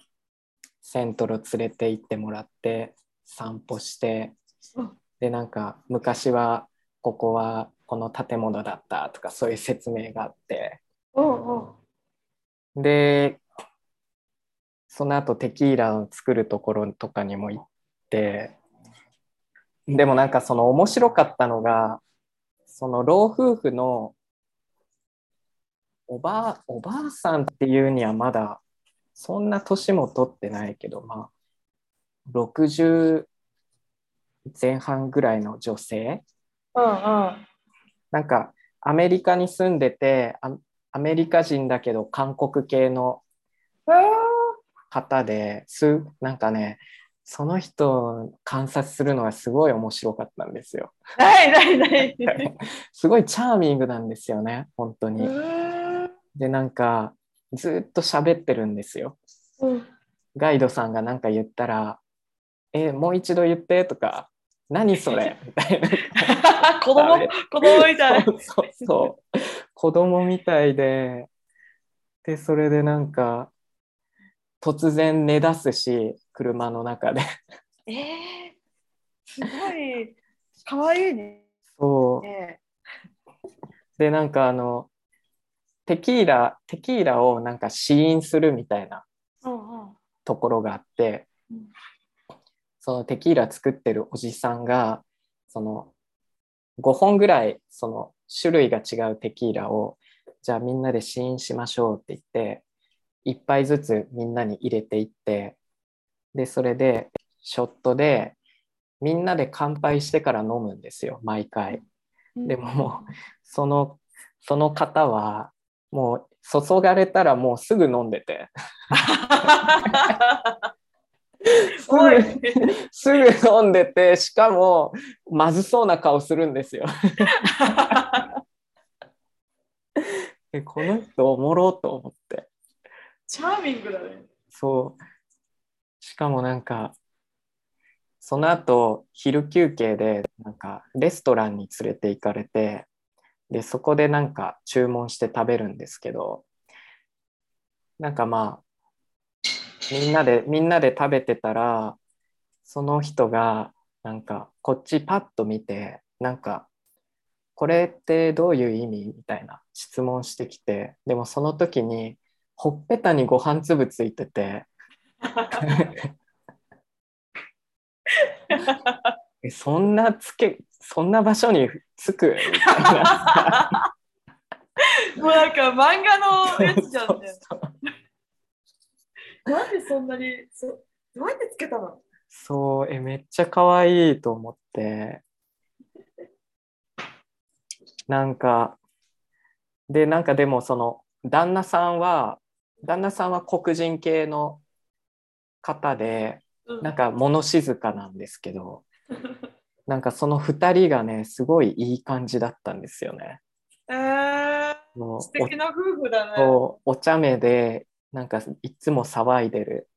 S2: セントロ連れて行ってもらって、散歩して
S1: うん、
S2: で、なんか昔はここはこの建物だったとかそういう説明があって、
S1: うん。うん。
S2: で、その後テキーラを作るところとかにも行って、でもなんかその面白かったのが、その老夫婦のおばあ、おばあさんっていうにはまだそんな年も取ってないけど、まあ、60前半ぐらいの女性
S1: うん。
S2: なんかアメリカに住んでてアアメリカ人だけど韓国系の方ですなんかねその人を観察するのがすごい面白かったんですよ。
S1: ないないない。
S2: すごいチャーミングなんですよね本当
S1: う
S2: に。
S1: ん。
S2: でなんかずっと喋ってるんですよ。
S1: うん。
S2: ガイドさんが何か言ったら「えもう一度言って」とか「何そ れ」みたいな。
S1: 子供、子供みたい。
S2: そうそうそう子供みたいででそれでなんか突然寝出すし車の中で
S1: ええすごい。可愛いね。
S2: そうでなんかあのテキーラテキーラをなんか試飲するみたいな
S1: うんうん。
S2: ところがあって
S1: うん
S2: そのテキーラ作ってるおじさんがその5本ぐらいその種類が違うテキーラをじゃあみんなで試飲しましょうって言って1杯ずつみんなに入れていってでそれでショットでみんなで乾杯してから飲むんですよ毎回。でももそのその方はもう注がれたらもうすぐ飲んでて
S1: すごい。
S2: すぐ飲んでてしかもまずそうな顔するんですよ。 でこの人おもろと思って
S1: チャーミングだね。
S2: そうしかもなんかその後昼休憩でなんかレストランに連れて行かれてでそこでなんか注文して食べるんですけどなんかまあみんなでみんなで食べてたらその人がなんかこっちパッと見てなんかこれってどういう意味みたいな質問してきてでもその時にほっぺたにご飯粒ついててえそんなつけそんな場所に つくみたいな
S1: もうなんか漫画のやつじゃん
S2: そう
S1: ね。
S2: そう
S1: なんでそんなに、そどうやってつけたの
S2: そうえめっちゃ可愛いと思ってなんかでなんかでもその旦那さんは旦那さんは黒人系の方で
S1: うん
S2: なんか物静かなんですけどなんかその2人がねすごいいい感じだったんですよね。
S1: えー、
S2: もう
S1: 素敵な夫婦だね。
S2: そうお茶目でなんかいつも騒いでる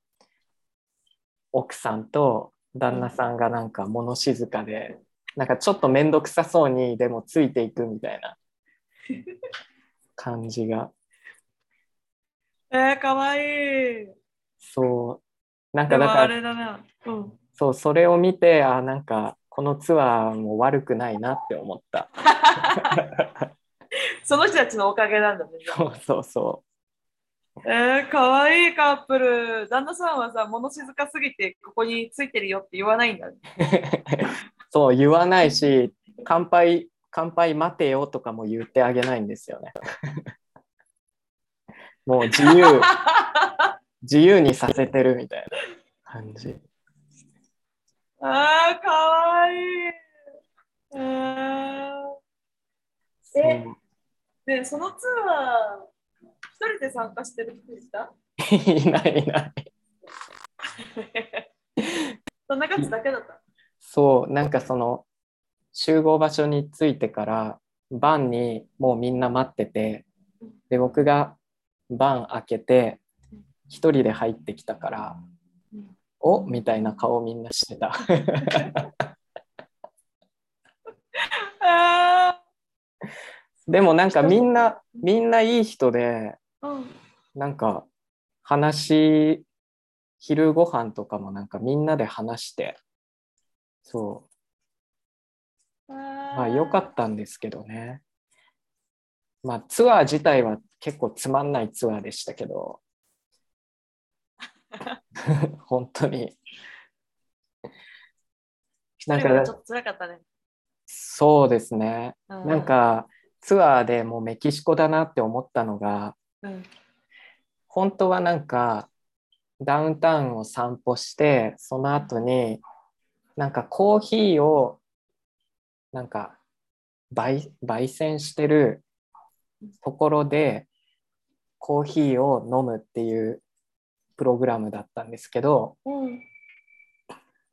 S2: 奥さんと旦那さんがなんか物静かでなんかちょっと面倒くさそうにでもついていくみたいな感じが
S1: えー、かわいい。
S2: そうなん
S1: で
S2: かだ
S1: も
S2: か
S1: あ
S2: ら
S1: れだな。うん。
S2: そうそれを見てあなんかこのツアーも悪くないなって思った
S1: その人たちのおかげなんだね。
S2: そうそうそ
S1: えー、かわいいカップル。旦那さんはさ、物静かすぎて、ここ についてるよって言わないんだね。
S2: うそう言わないし乾杯乾杯待てよとかも言ってあげないんですよね。 もう自由、自由にさせてるみたいな感じ。
S1: あー、かわいい。えーえ
S2: うん
S1: で、そのツアー、一人で参加してる人い た
S2: いないいない。
S1: そんな感じだけだった。
S2: そう、なんかその集合場所に着いてから、バンにもうみんな待ってて、で、僕がバン開けて、一人で入ってきたから、おみたいな顔みんなしてた。
S1: あ
S2: でもなんかみんな、みんないい人で、
S1: ーうん
S2: なんか話、昼ご飯とかもなんかみんなで話して、そう、ま
S1: あ
S2: あ良かったんですけどね。まあツアー自体は結構つまんないツアーでしたけど、 本当に。
S1: た
S2: なん
S1: ちょっ
S2: か
S1: と辛かったね。
S2: そうですね。
S1: う
S2: なん、かツアーでもうメキシコだなって思ったのが、
S1: うん
S2: 本当はなんかダウンタウンを散歩してその後になんかコーヒーをなんか焙焙煎してるところでコーヒーを飲むっていうプログラムだったんですけど
S1: うん、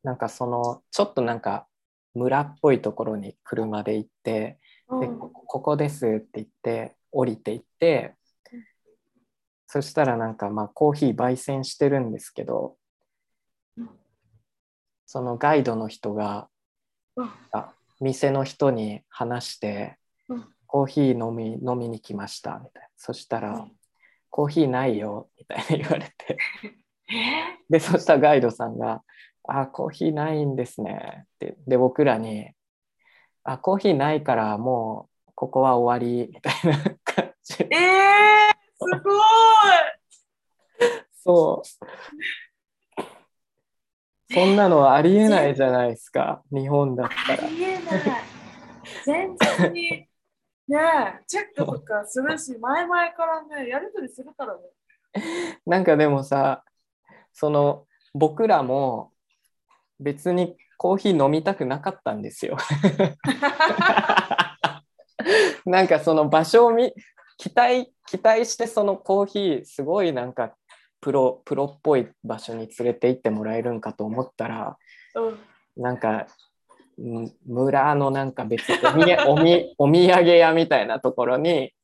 S2: なんかそのちょっとなんか村っぽいところに車で行って
S1: う
S2: で
S1: ん
S2: こここですって言って降りていってそしたらなんかまあコーヒー焙煎してるんですけど
S1: うん
S2: そのガイドの人が
S1: うん
S2: あ店の人に話して
S1: うん
S2: 「コーヒー飲み飲みに来ました」みたいなそした
S1: う
S2: ら
S1: ん
S2: 「コーヒーないよ」みたいに言われて
S1: え
S2: でそしたらガイドさんが「あコーヒーないんですね」ってで僕らに「あコーヒーないからもうここは終わり」みたいな感じ
S1: ー、えー、すごい
S2: そう。そんなのありえないじゃないですか、日本だった
S1: あ
S2: ら。
S1: りえない。全然に、ねえ、チェックとかするし、前々からね、やりとりするからね。
S2: なんかでもさ、その僕らも別にコーヒー飲みたくなかったんですよ。なんかその場所を見期待期待してそのコーヒーすごいなんかプロプロっぽい場所に連れて行ってもらえるんかと思ったら
S1: うん、
S2: なんか、む村のなんか別におみやおみ お土産屋みたいなところに、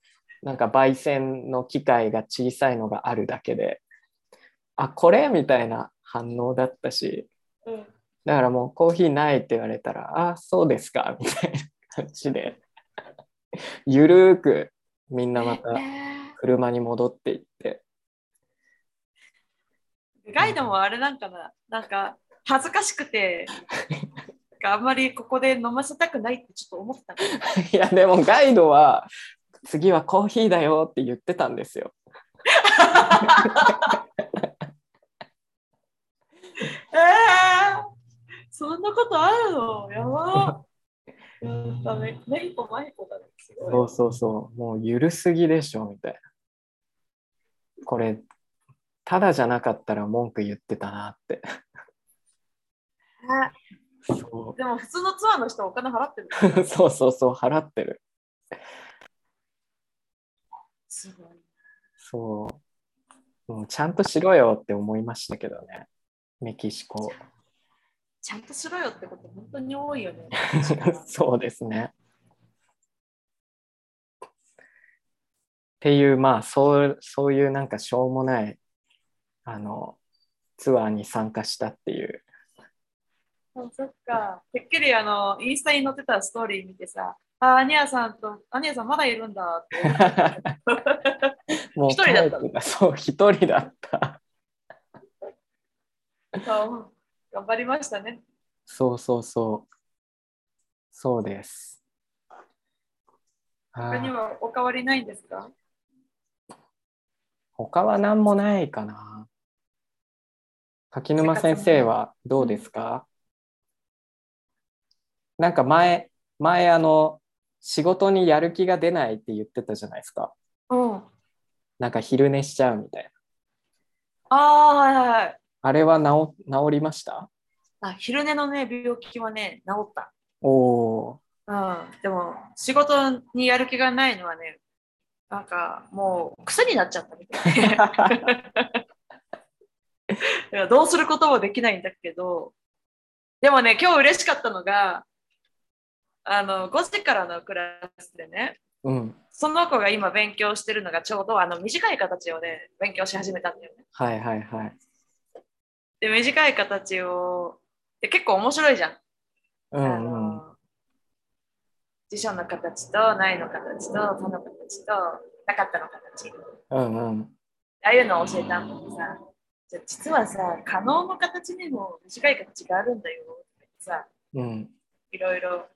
S2: なんか焙煎の機械が小さいのがあるだけで、あ、これみたいな反応だったし、
S1: うん。
S2: だからもうコーヒーないって言われたら、あ、そうですか、みたいな感じで、 ゆるーくみんなまた
S1: え
S2: 車に戻っていって、
S1: ーガイドもあれなんかな、なんか恥ずかしくて、なんかあんまりここで飲ませたくないってちょっと思ってたの。
S2: いや、でもガイドは、次はコーヒーだよって言ってたんですよ。
S1: えー、そんなことあるのやば。うん、ダメ。メヒコ、マヒコだね。す
S2: そ
S1: ご
S2: う
S1: い。
S2: そうそう、もうゆるすぎでしょみたいな。これ、ただじゃなかったら文句言ってたなって。
S1: ね
S2: そ
S1: でも普通のツアーの人はお金払ってる。
S2: うそうそうそう、払ってる。
S1: すごい。
S2: そう。もうちゃんとしろよって思いましたけどね。メキシコ。
S1: ちゃんとしろよってこと本当に多いよね。
S2: そうですね。っていう、まあ、そう、そういうなんかしょうもない、あの、ツアーに参加したっ ていう。
S1: あそっか。てっきりあの、インスタに載ってたストーリー見てさ、あ、アニアさんと、アニアさんまだいるんだ って思った。
S2: もう
S1: 一人だった
S2: 帰てそう、一人だった。
S1: あ頑張りましたね。
S2: そうそうそう。そうです。あ
S1: 他に
S2: ー
S1: はお変わりないんですか
S2: 他は何もないかな。柿沼先生はどうですかなんか前、前あの、仕事にやる気が出ないって言ってたじゃないですか。
S1: うん。あ
S2: なんか昼寝しちゃうみたいな。
S1: あー、はいはいはい。
S2: あれは治治りました
S1: あ昼寝のね、病気はね、治った。
S2: おお
S1: うん。でも、仕事にやる気がないのはね、なんかもう癖になっちゃったみたいだからどうすることもできないんだけど、でもね、今日嬉しかったのが、あの、5時からのクラスでね、
S2: ー。 うん。
S1: その子が今勉強してるのがちょうどあの短い形をね、勉強し始めたんだよね。
S2: はいはいはい。
S1: で、短い形を、で結構面白いじゃん。
S2: う
S1: あ
S2: んうん。
S1: の辞書の形とないの形と他の形となかったの形
S2: うんうん。
S1: ああいうのを教えたんだけどさじゃあ実はさ可能の形にも短い形があるんだよってさ
S2: うん。
S1: いろいろ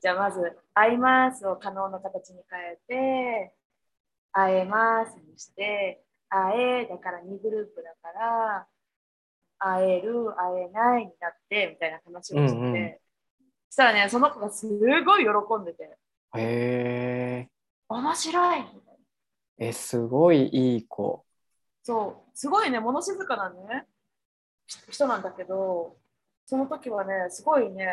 S1: じゃあまず「会います」を可能の形に変えて「会えます」にして「会え」だから2グループだから「会える」「会えない」になってみたいな話をしてて、
S2: うんうん
S1: そしたらねその子がすごい喜んでて
S2: へ
S1: 「面白い!」みたいな
S2: え。え、すごいいい子。
S1: そうすごいね物静かなね人なんだけどその時はねすごいね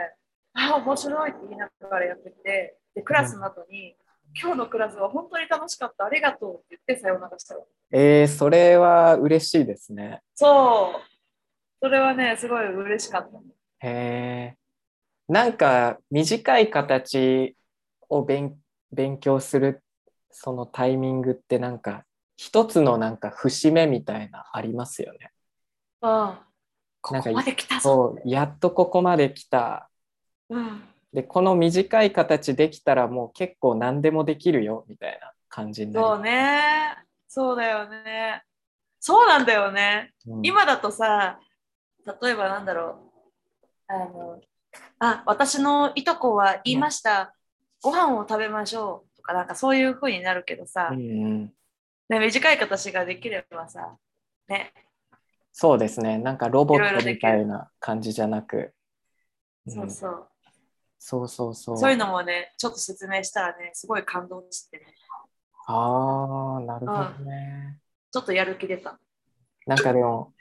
S1: ああ面白いって言いながらやっててでクラスの後に、今日のクラスは本当に楽しかったありがとうって言ってさよならしたの
S2: えー、それは嬉しいですね。
S1: そうそれはねすごい嬉しかった
S2: へえ。なんか短い形を勉勉強するそのタイミングってなんか一つのなんか節目みたいなありますよね。
S1: うん
S2: な
S1: こ
S2: んか
S1: こまで来たぞ
S2: そうやっとここまで来た。
S1: うん
S2: でこの短い形できたらもう結構何でもできるよみたいな感じになる。
S1: そうねそうだよねそうなんだよね
S2: うん、
S1: 今だとさ例えばなんだろうあのあ私のいとこは言いました、ご飯を食べましょうとかなんかそういう風になるけどさ、
S2: うんうん、
S1: ね、短い形ができればさね
S2: そうですねなんかロボ
S1: いろ
S2: ッ
S1: いろ
S2: ト
S1: で
S2: み
S1: きる
S2: たいな感じじゃなく。うん
S1: そうそう、
S2: そうそうそう。
S1: そういうのもねちょっと説明したらねすごい感動してね
S2: ああなるほどね。
S1: ちょっとやる気出た
S2: なんかでも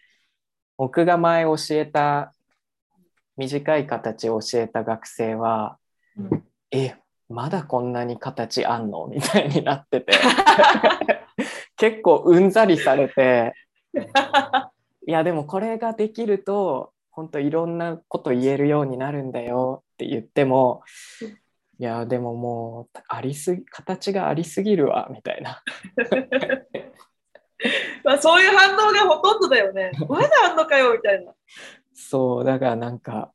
S2: 僕が前教えた短い形を教えた学生は
S1: うん
S2: 「えまだこんなに形あんの?」みたいになってて結構うんざりされていやでもこれができると本当いろんなこと言えるようになるんだよって言ってもいやでももうありすぎ形がありすぎるわみたいな
S1: まあそういう反応がほとんどだよねまだあんのかよみたいな
S2: そう、だからなんか、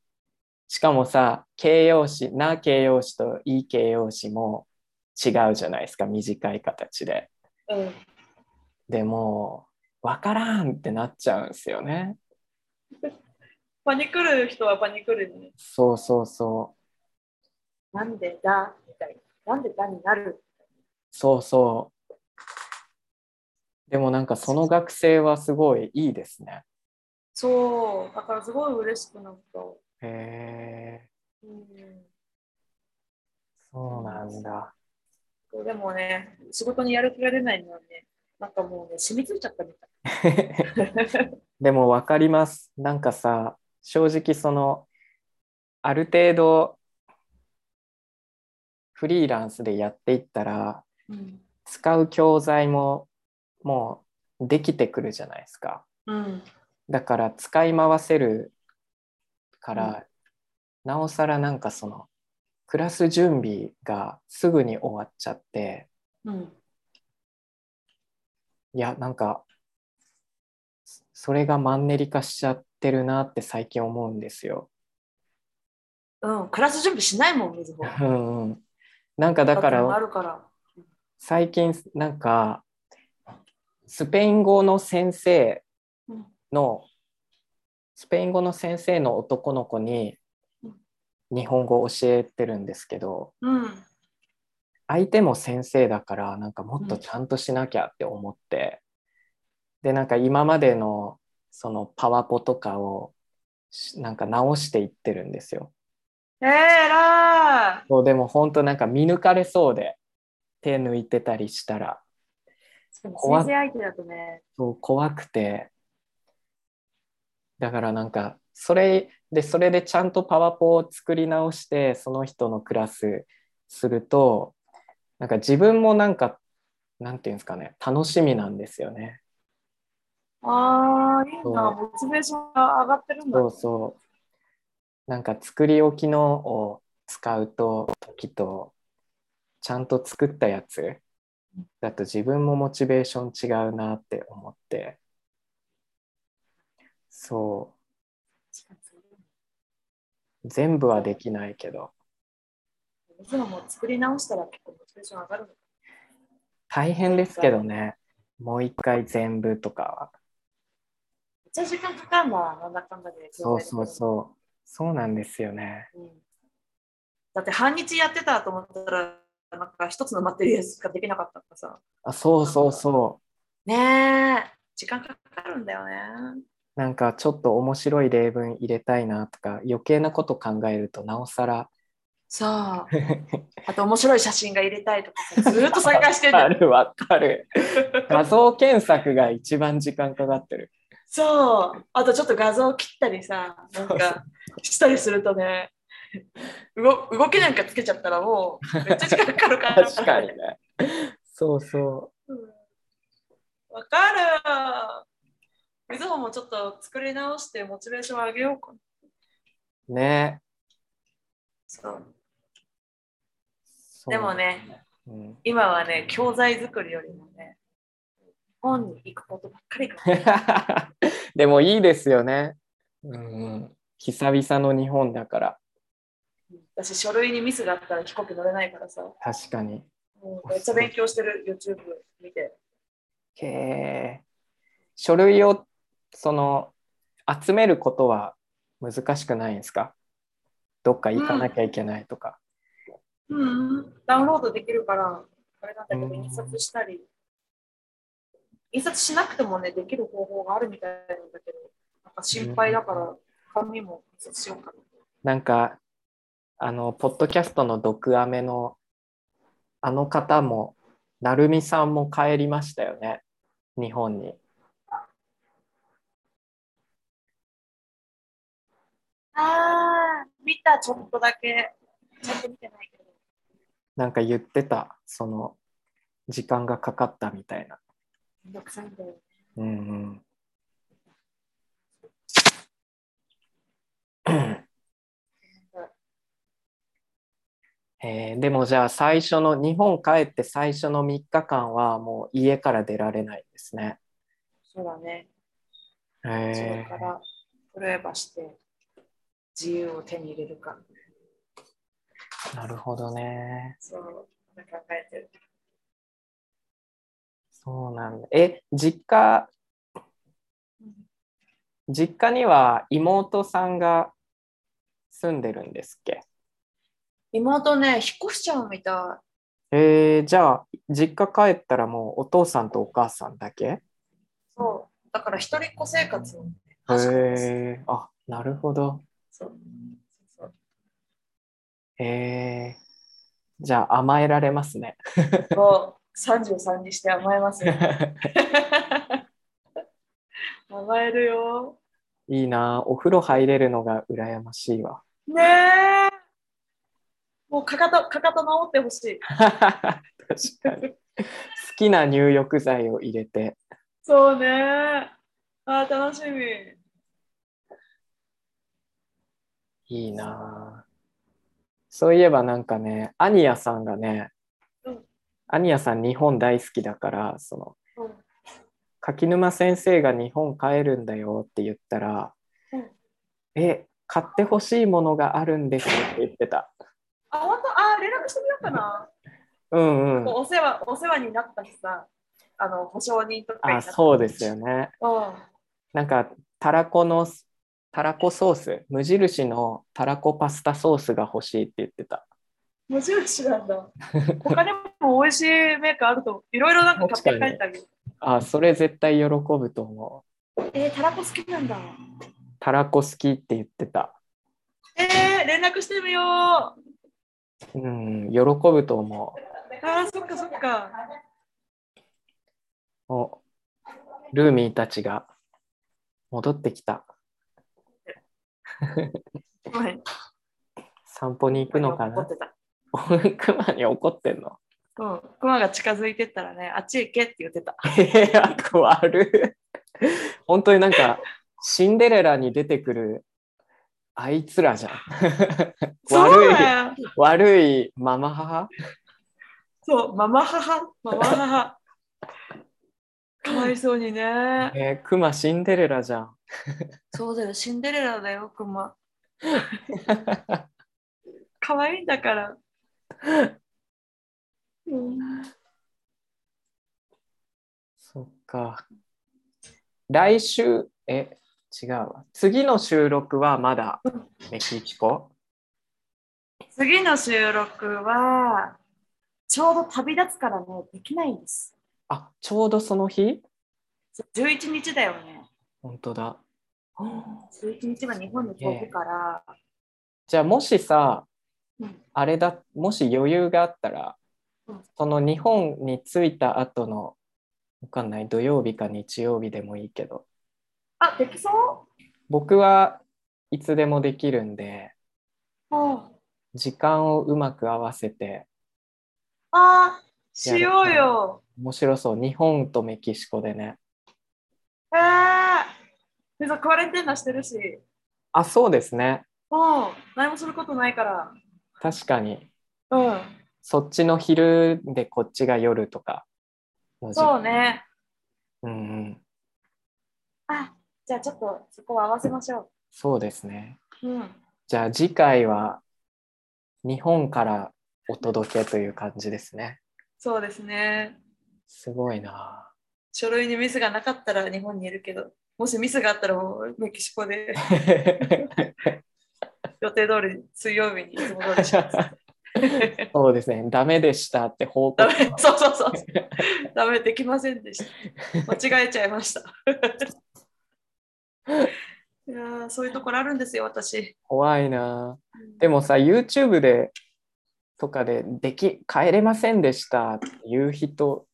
S2: しかもさ、形容詞、な形容詞といい形容詞も違うじゃないですか、短い形で。
S1: うん
S2: でも、わからんってなっちゃうんですよね。
S1: パニクる人はパニクるよね
S2: そうそうそう。
S1: なんでだみたいななんでだになる
S2: そうそう。でもなんかその学生はすごいいいですね。
S1: そう、だからすごい嬉しくなった。
S2: へえ、
S1: う
S2: そうなんだ。
S1: ん、でもね、仕事にやる気が出ないのはね、なんかもうね、染みついちゃったみたい。
S2: でも分かります。なんかさ、正直その、ある程度、フリーランスでやっていったら、
S1: うん、
S2: 使う教材ももうできてくるじゃないですか。
S1: うん、
S2: だから使い回せるから、
S1: う
S2: なおさらなんかその、クラス準備がすぐに終わっちゃって、
S1: うん、
S2: いや、なんか、そそれがマンネリ化しちゃってるなって最近思うんですよ。
S1: うん、クラス準備しないもん、水穂。
S2: うんうん、なんかだか
S1: バッグもあ
S2: ら
S1: るから。
S2: 最近なんかスペイン語の先生
S1: うん、
S2: のスペイン語の先生の男の子に
S1: うん
S2: 日本語を教えてるんですけど
S1: うん、
S2: 相手も先生だからなんかもっとちゃんとしなきゃって思って、でなんか今までのそのパワポとかをしなんか直していってるんですよ。
S1: えー、えらい
S2: そうでも本当なんか見抜かれそうで手抜いてたりしたら
S1: しかも
S2: 怖っ
S1: 先生相手だとね
S2: そう怖くてだからなんかそれでそれでちゃんとパワポを作り直してその人のクラスするとなんか自分もなんかなんていうんですかね楽しみなんですよね。
S1: ああいい
S2: そ
S1: な
S2: う
S1: モチベーションが上がってるんだ
S2: そうそう。なんか作り置きのを使うと時とちゃんと作ったやつだと自分もモチベーション違うなって思ってそ
S1: 確かに
S2: う全部はできないけど
S1: そういつももう作り直したら結構モチベーション上がるの
S2: 大変ですけどねもう一回全部とかは
S1: めっちゃ時間かかるな、なんだかんだで。
S2: そうそうそうそうなんですよね
S1: うん。だって半日やってたと思ったら、なんか一つのマテリアルしかできなかったからさ。
S2: あそうそうそう
S1: ねえ、時間かかるんだよね。
S2: なんかちょっと面白い例文入れたいなとか余計なこと考えるとなおさら
S1: そう。 あと面白い写真が入れたいとか さ、ずーっと探して
S2: わか
S1: る。
S2: るわかる 画像検索が一番時間かかってる
S1: そう。あとちょっと画像を切ったりさ、なん
S2: そうそう
S1: かしたりするとね。動動きなんかつけちゃったらもうめっちゃ時間かかるから
S2: 確かにねそうそ
S1: うんわかる。みずほもちょっと作り直してモチベーション上げようかな。
S2: うね
S1: そう
S2: そう
S1: でもね、
S2: うん、
S1: 今はね、教材作りよりもね、本に行くことばっかりが。
S2: でもいいですよねうん久々の日本だから
S1: 私、書類にミスがあったら飛行機乗れないからさ、
S2: 確かに
S1: もうめっちゃ勉強してる YouTube 見て。
S2: へえ書類をその集めることは難しくないんですかどっか行かなきゃいけないとか、
S1: うん、ダウンロードできるから、あれなんだけど、
S2: うん
S1: 印刷したり。印刷しなくてもね、できる方法があるみたいなんだけど、なんか心配だから、紙も印刷しようかな。
S2: なんかあのポッドキャストの「毒アメのあの方も成美さんも帰りましたよね日本に
S1: ああ、見た、ちょっとだけ。ちゃんと見てないけど。
S2: なんか言ってたその時間がかかったみたいな
S1: めんどくさいんだよ。
S2: うんうん。えーでもじゃあ最初の日本帰って最初の3日間はもう家から出られないんですね。
S1: そうだね。それ
S2: へ
S1: か
S2: ー
S1: ら、プレーバして、自由を手に入れるか。
S2: なるほどね。
S1: そう、考えてる。
S2: そうなんだ。え実家実家には妹さんが住んでるんですっけ
S1: 妹ね、引っ越しちゃうみた
S2: えー、じゃあ実家帰ったらもうお父さんとお母さんだけ
S1: い。そう。だから、一人っ子生活をね、
S2: へ
S1: 始めます
S2: えー、あなるほど。
S1: そう。そう
S2: へえー、じゃあ甘えられますね。
S1: もう33にして甘えますよ。甘えるよ。
S2: いいなあお風呂入れるのが羨まし いわ。
S1: ねえ。もうかかと、かかと治ってほしい。
S2: 確かに。好きな入浴剤を入れて。
S1: そうね。あー楽しみ。
S2: いいなあそういえばなんかね、アニヤさんがね、
S1: うん
S2: アニヤさん日本大好きだから、その、
S1: うん
S2: 柿沼先生が日本帰るんだよって言ったら、
S1: うん
S2: え、買ってほしいものがあるんですって言ってた。
S1: あ、本当、あー、連絡してみようかな。
S2: うん うん。
S1: お世話、お世話になったしさ。あの、保証人とかにな
S2: あ、
S1: った。
S2: そうですよね。
S1: う
S2: なんかたらこのたらこソース無印のたらこパスタソースが欲しいって言ってた
S1: ん。無印なんだ。他にも美味しいメーカーあると、いろいろなんか買って帰ってあげる。
S2: あそれ絶対喜ぶと思
S1: えー、たらこ好きなんだ。
S2: うたらこ好きって言ってた
S1: えー、連連絡してみよう。あ
S2: うん、喜ぶと思
S1: ー、そっかそっか。
S2: う。おルーミーたちが戻ってきた。
S1: はい
S2: 散歩に行くのか
S1: 怒
S2: な
S1: ってた。
S2: クマに怒ってんの
S1: うん、クマが近づいてったらね、あっち行けって言ってた。
S2: ええ悪悪い本当になんかシンデレラに出てくるあいつらじゃん
S1: そう
S2: 悪い
S1: だよ。
S2: 悪いママ母
S1: そう、ママ母、ママ母。かわいそうにね。
S2: えー、クマシンデレラじゃん
S1: そうだよ、シンデレラだよ、ク マ。かわいいんだから。うん、
S2: そっか来週え違うわ次の収録はまだメキシコ
S1: 次の収録は、ちょうど旅立つからね、できないんです。
S2: あちょうどその日
S1: 11日だよね。
S2: 本当だ
S1: 11日は日本に飛ぶから、
S2: じゃあもしさ
S1: うん
S2: あれだもし余裕があったら
S1: うん
S2: その日本に着いた後のわかんない土曜日か日曜日でもいいけど
S1: あ、できそう
S2: 僕はいつでもできるんで
S1: あ
S2: 時間をうまく合わせて
S1: あー、しようよ。
S2: 面白そう日本とメキシコでね
S1: えー、でさ、クワレンテンナしてるし、
S2: あそうですね
S1: もう何もすることないから。
S2: 確かに
S1: うん、
S2: そっちの昼でこっちが夜とかの時
S1: そう
S2: 間
S1: ね。
S2: うんうん
S1: あ、じゃあちょっとそこを合わせましょ
S2: そうですね
S1: う。うん。
S2: じゃあ次回は日本からお届けという感じですね。
S1: そうですね。
S2: すごい な
S1: 書類にミスがなかったら日本にいるけど、もしミスがあったらもうメキシコ で
S2: ぁ
S1: 予定通り水曜日にいつも通りし ます。
S2: そうですね。ダメでしたって報
S1: ダ
S2: 告
S1: メ、そうそうそう。ダメ、できませんでした。間違えちゃいま した。いやーそういうところあるんですよ、私。
S2: 怖いなぁでもさ、YouTube でとかででき帰れませんでしたっていう人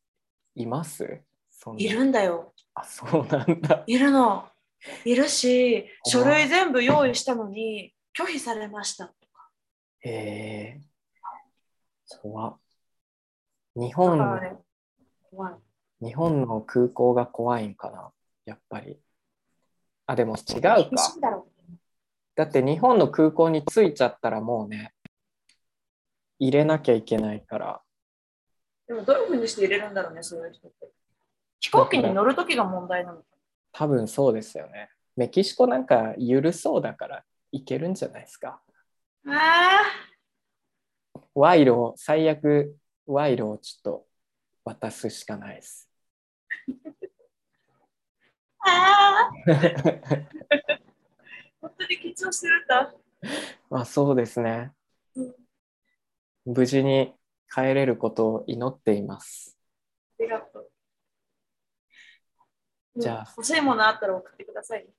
S2: いますそんない
S1: るんだよ。
S2: あ、そうなんだ。
S1: いるの。いるし、書
S2: 怖い
S1: 類全部用意したのに拒否されました。
S2: へえ。怖っ日
S1: だか
S2: 本
S1: らね、怖い。
S2: 日本の空港が怖いんかなやっぱり。あ、でも違うか。
S1: 厳しいだろう。
S2: だって日本の空港に着いちゃったらもうね、入れなきゃいけないから。
S1: でもどういうふうにして入れるんだろうね、そういう人って。飛行機に乗るときが問題なの。
S2: 多分そうですよね。メキシコなんか緩そうだからいけるんじゃないですか。
S1: あ
S2: 賄賂を、最悪賄賂をちょっと渡すしかないです。
S1: あ、ああ、本当に緊張してるんだ。
S2: まあそうですね。無事に帰れることを祈っています。
S1: ありがとう。
S2: じゃあ
S1: 欲しいものあったら送ってくださいね。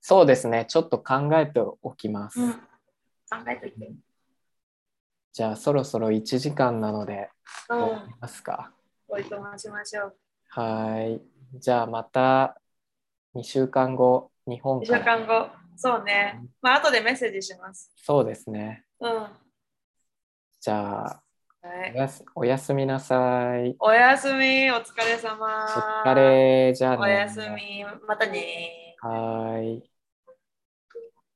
S2: そうですね。ちょっと考えておきます。
S1: うん。考えといて。
S2: じゃあそろそろ1時間なので
S1: う
S2: 終わ
S1: ん
S2: り。ますか。
S1: おいとましましょう。
S2: はーい。じゃあまた2週間後、日本
S1: 2週
S2: から。
S1: 間後。そうね。まあ、後でメッセージします。
S2: そうですね。
S1: うん。は
S2: じゃあお
S1: い。
S2: やす、おやすみなさい。
S1: おやすみ。お疲れ様。
S2: お疲。れ。じゃあね。
S1: おやすみ。またね。
S2: はーい。